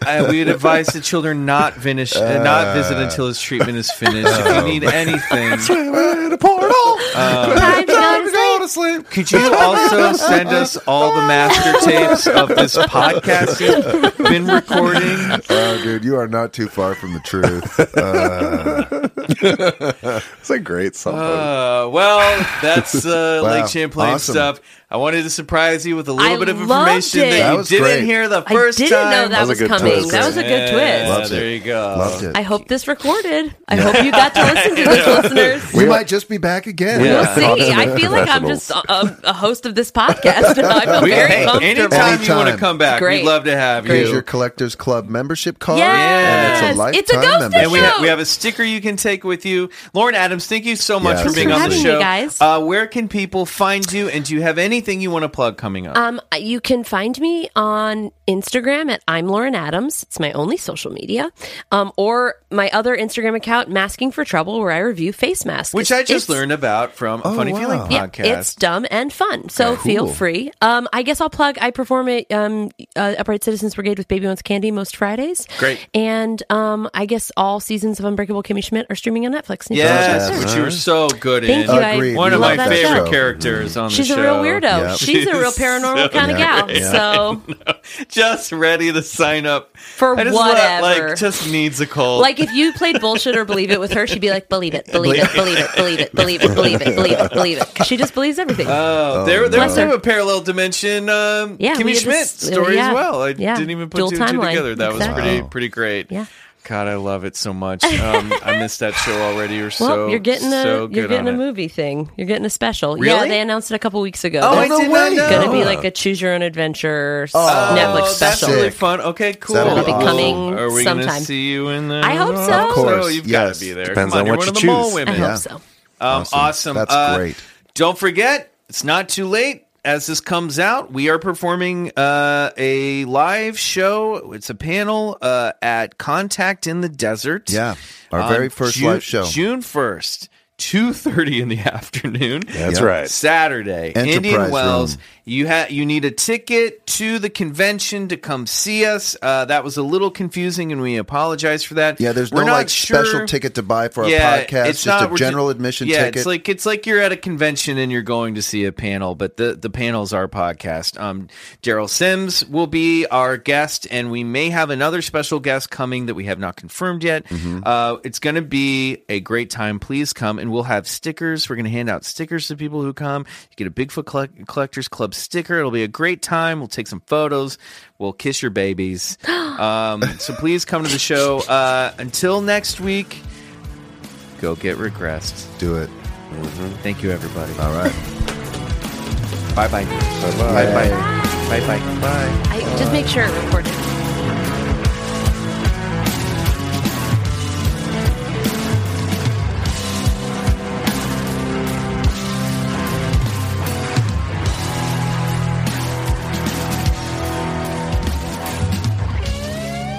Speaker 2: Uh, we would advise the children not finish, uh, not visit until his treatment is finished. If you need anything,
Speaker 3: in a portal.
Speaker 2: Uh,
Speaker 5: Time to go to sleep.
Speaker 3: to sleep.
Speaker 2: could you also send us all the master tapes of this podcast you've been recording?
Speaker 3: Oh, dude, you are not too far from the truth.
Speaker 4: It's a great song.
Speaker 2: Uh, well, that's uh,
Speaker 3: Wow.
Speaker 2: Lake Champlain
Speaker 3: Awesome.
Speaker 2: stuff. I wanted to surprise you with a little
Speaker 5: I
Speaker 2: bit of
Speaker 5: loved
Speaker 2: information
Speaker 5: it.
Speaker 2: that,
Speaker 5: That
Speaker 2: you
Speaker 3: was
Speaker 2: didn't
Speaker 3: great.
Speaker 2: hear the
Speaker 5: I
Speaker 2: first
Speaker 5: didn't
Speaker 2: time.
Speaker 5: know that was,
Speaker 4: good
Speaker 5: coming.
Speaker 4: twist.
Speaker 5: That was a good twist.
Speaker 2: Yeah,
Speaker 3: Loved
Speaker 2: there
Speaker 3: it.
Speaker 2: you go.
Speaker 3: Loved it.
Speaker 5: I hope this recorded. I hope you got to listen to this, listeners.
Speaker 3: we might just be back again.
Speaker 2: Yeah.
Speaker 5: We'll see. I feel like I'm just a, a- a host of this podcast. now. I feel
Speaker 2: We-
Speaker 5: very
Speaker 2: hey,
Speaker 5: comfortable.
Speaker 2: anytime, you want to
Speaker 3: Anytime.
Speaker 2: come back,
Speaker 5: Great.
Speaker 2: we'd love to have
Speaker 3: Here's
Speaker 2: you.
Speaker 3: your collector's club membership card.
Speaker 5: Yes.
Speaker 3: And it's a
Speaker 5: It's a
Speaker 3: lifetime
Speaker 5: ghost
Speaker 3: membership.
Speaker 2: and we, ha-
Speaker 5: show.
Speaker 2: we have a sticker you can take with you. Lauren Adams, thank you so much
Speaker 3: Yes.
Speaker 2: for
Speaker 3: Thanks
Speaker 2: being
Speaker 3: for
Speaker 2: on the
Speaker 3: having
Speaker 5: me,
Speaker 2: show.
Speaker 5: guys.
Speaker 2: Uh, where can people find you? And do you have anything you want to plug coming up?
Speaker 5: Um, you can find me on Instagram at I'm Lauren Adams. It's my only social media, um, or my other Instagram account, Masking for Trouble, where I review face masks,
Speaker 2: Which I just
Speaker 5: It's-
Speaker 2: learned about from a Funny
Speaker 3: Oh, wow.
Speaker 2: Feeling
Speaker 5: Yeah,
Speaker 2: podcast.
Speaker 5: it's dumb and fun. So feel
Speaker 3: Cool.
Speaker 5: free. Um, I guess I'll plug. I perform at um, uh, Upright Citizens Brigade with Baby Wants Candy most Fridays.
Speaker 2: Great.
Speaker 5: And um, I guess all seasons of Unbreakable Kimmy Schmidt are streaming on Netflix. and you can watch
Speaker 2: Yes,
Speaker 5: them there.
Speaker 2: which you were so good
Speaker 5: Thank
Speaker 2: in.
Speaker 5: you, I
Speaker 3: Agreed.
Speaker 2: One of my
Speaker 3: love
Speaker 5: that
Speaker 2: favorite
Speaker 5: show.
Speaker 2: characters on
Speaker 5: She's
Speaker 2: the
Speaker 5: a
Speaker 2: show.
Speaker 5: real weirdo.
Speaker 3: Yeah.
Speaker 5: She's a real
Speaker 2: She's
Speaker 5: paranormal
Speaker 2: so
Speaker 5: kind of gal.
Speaker 2: great.
Speaker 5: So
Speaker 2: just ready to sign up
Speaker 5: For
Speaker 2: I just love-
Speaker 5: whatever.
Speaker 2: like just needs a call.
Speaker 5: Like if you played bullshit or believe it with her, she'd be like, believe it, believe it, believe it, believe it, believe it, believe it, believe it, believe it. 'Cause she just believes everything.
Speaker 2: oh, there, there was
Speaker 5: Bless her.
Speaker 2: kind of a parallel dimension. Um,
Speaker 5: Yeah, we
Speaker 2: Kimmy
Speaker 5: had
Speaker 2: Schmidt
Speaker 5: this- uh,
Speaker 2: story
Speaker 5: yeah,
Speaker 2: as well. I
Speaker 5: yeah.
Speaker 2: didn't even put
Speaker 5: Dual
Speaker 2: two and two
Speaker 5: timeline.
Speaker 2: together. That was
Speaker 5: Exactly.
Speaker 2: pretty pretty great.
Speaker 5: Yeah.
Speaker 2: God, I love it so much. Um, I missed that show already. Or so
Speaker 5: well, you're getting a
Speaker 2: so good
Speaker 5: you're getting a
Speaker 2: on it.
Speaker 5: movie thing. You're getting a special. Yeah,
Speaker 2: Really?
Speaker 5: they announced it a couple weeks ago.
Speaker 2: Oh, I
Speaker 5: it's
Speaker 2: did not know.
Speaker 5: going to be like a choose your own adventure s-
Speaker 2: Oh,
Speaker 5: Netflix
Speaker 2: That's
Speaker 5: special.
Speaker 2: really fun. Okay, cool.
Speaker 5: That'll be That'll be coming awesome.
Speaker 2: Are we gonna
Speaker 5: sometime.
Speaker 2: see you in there?
Speaker 5: I hope so. Uh-huh.
Speaker 4: Of course,
Speaker 2: So you've got
Speaker 4: yes.
Speaker 2: to be there.
Speaker 4: Depends
Speaker 2: Come on,
Speaker 4: on
Speaker 2: you're
Speaker 4: what
Speaker 2: one
Speaker 4: you
Speaker 2: of the mole
Speaker 4: choose.
Speaker 2: women.
Speaker 4: I hope Yeah. so.
Speaker 2: Um, awesome.
Speaker 4: Awesome. That's
Speaker 2: Uh,
Speaker 4: great.
Speaker 2: Don't forget, it's not too late. As this comes out, we are performing uh, a live show. It's a panel uh, at Contact in the Desert.
Speaker 4: Yeah, our
Speaker 2: on
Speaker 4: very first
Speaker 2: Ju-
Speaker 4: live show.
Speaker 2: June first, two thirty in the afternoon.
Speaker 4: That's Yeah. right.
Speaker 2: Saturday, Indian
Speaker 4: Enterprise
Speaker 2: Wells.
Speaker 4: Room.
Speaker 2: You ha- you need a ticket to the convention to come see us. Uh, that was a little confusing, and we apologize for that.
Speaker 4: Yeah, there's
Speaker 2: We're
Speaker 4: no
Speaker 2: not
Speaker 4: like
Speaker 2: sure-
Speaker 4: special ticket to buy for a podcast. just a
Speaker 2: we're ju-
Speaker 4: general admission
Speaker 2: yeah,
Speaker 4: ticket.
Speaker 2: it's like it's like you're at a convention and you're going to see a panel, but the the panel's our podcast. Um, Daryl Sims will be our guest, and we may have another special guest coming that we have not confirmed yet.
Speaker 4: Mm-hmm.
Speaker 2: Uh, it's going to be a great time. Please come, and we'll have stickers. We're going to hand out stickers to people who come. You get a Bigfoot Collect- Collectors Club sticker. It'll be a great time. We'll take some photos. We'll kiss your babies. Um, so please come to the show. Uh, until next week go get regressed. Mm-hmm.
Speaker 4: Do it.
Speaker 2: Thank you, everybody.
Speaker 4: All right.
Speaker 2: Bye bye.
Speaker 4: Bye-bye.
Speaker 2: Bye bye. Bye bye. Bye.
Speaker 5: I just make sure it recorded.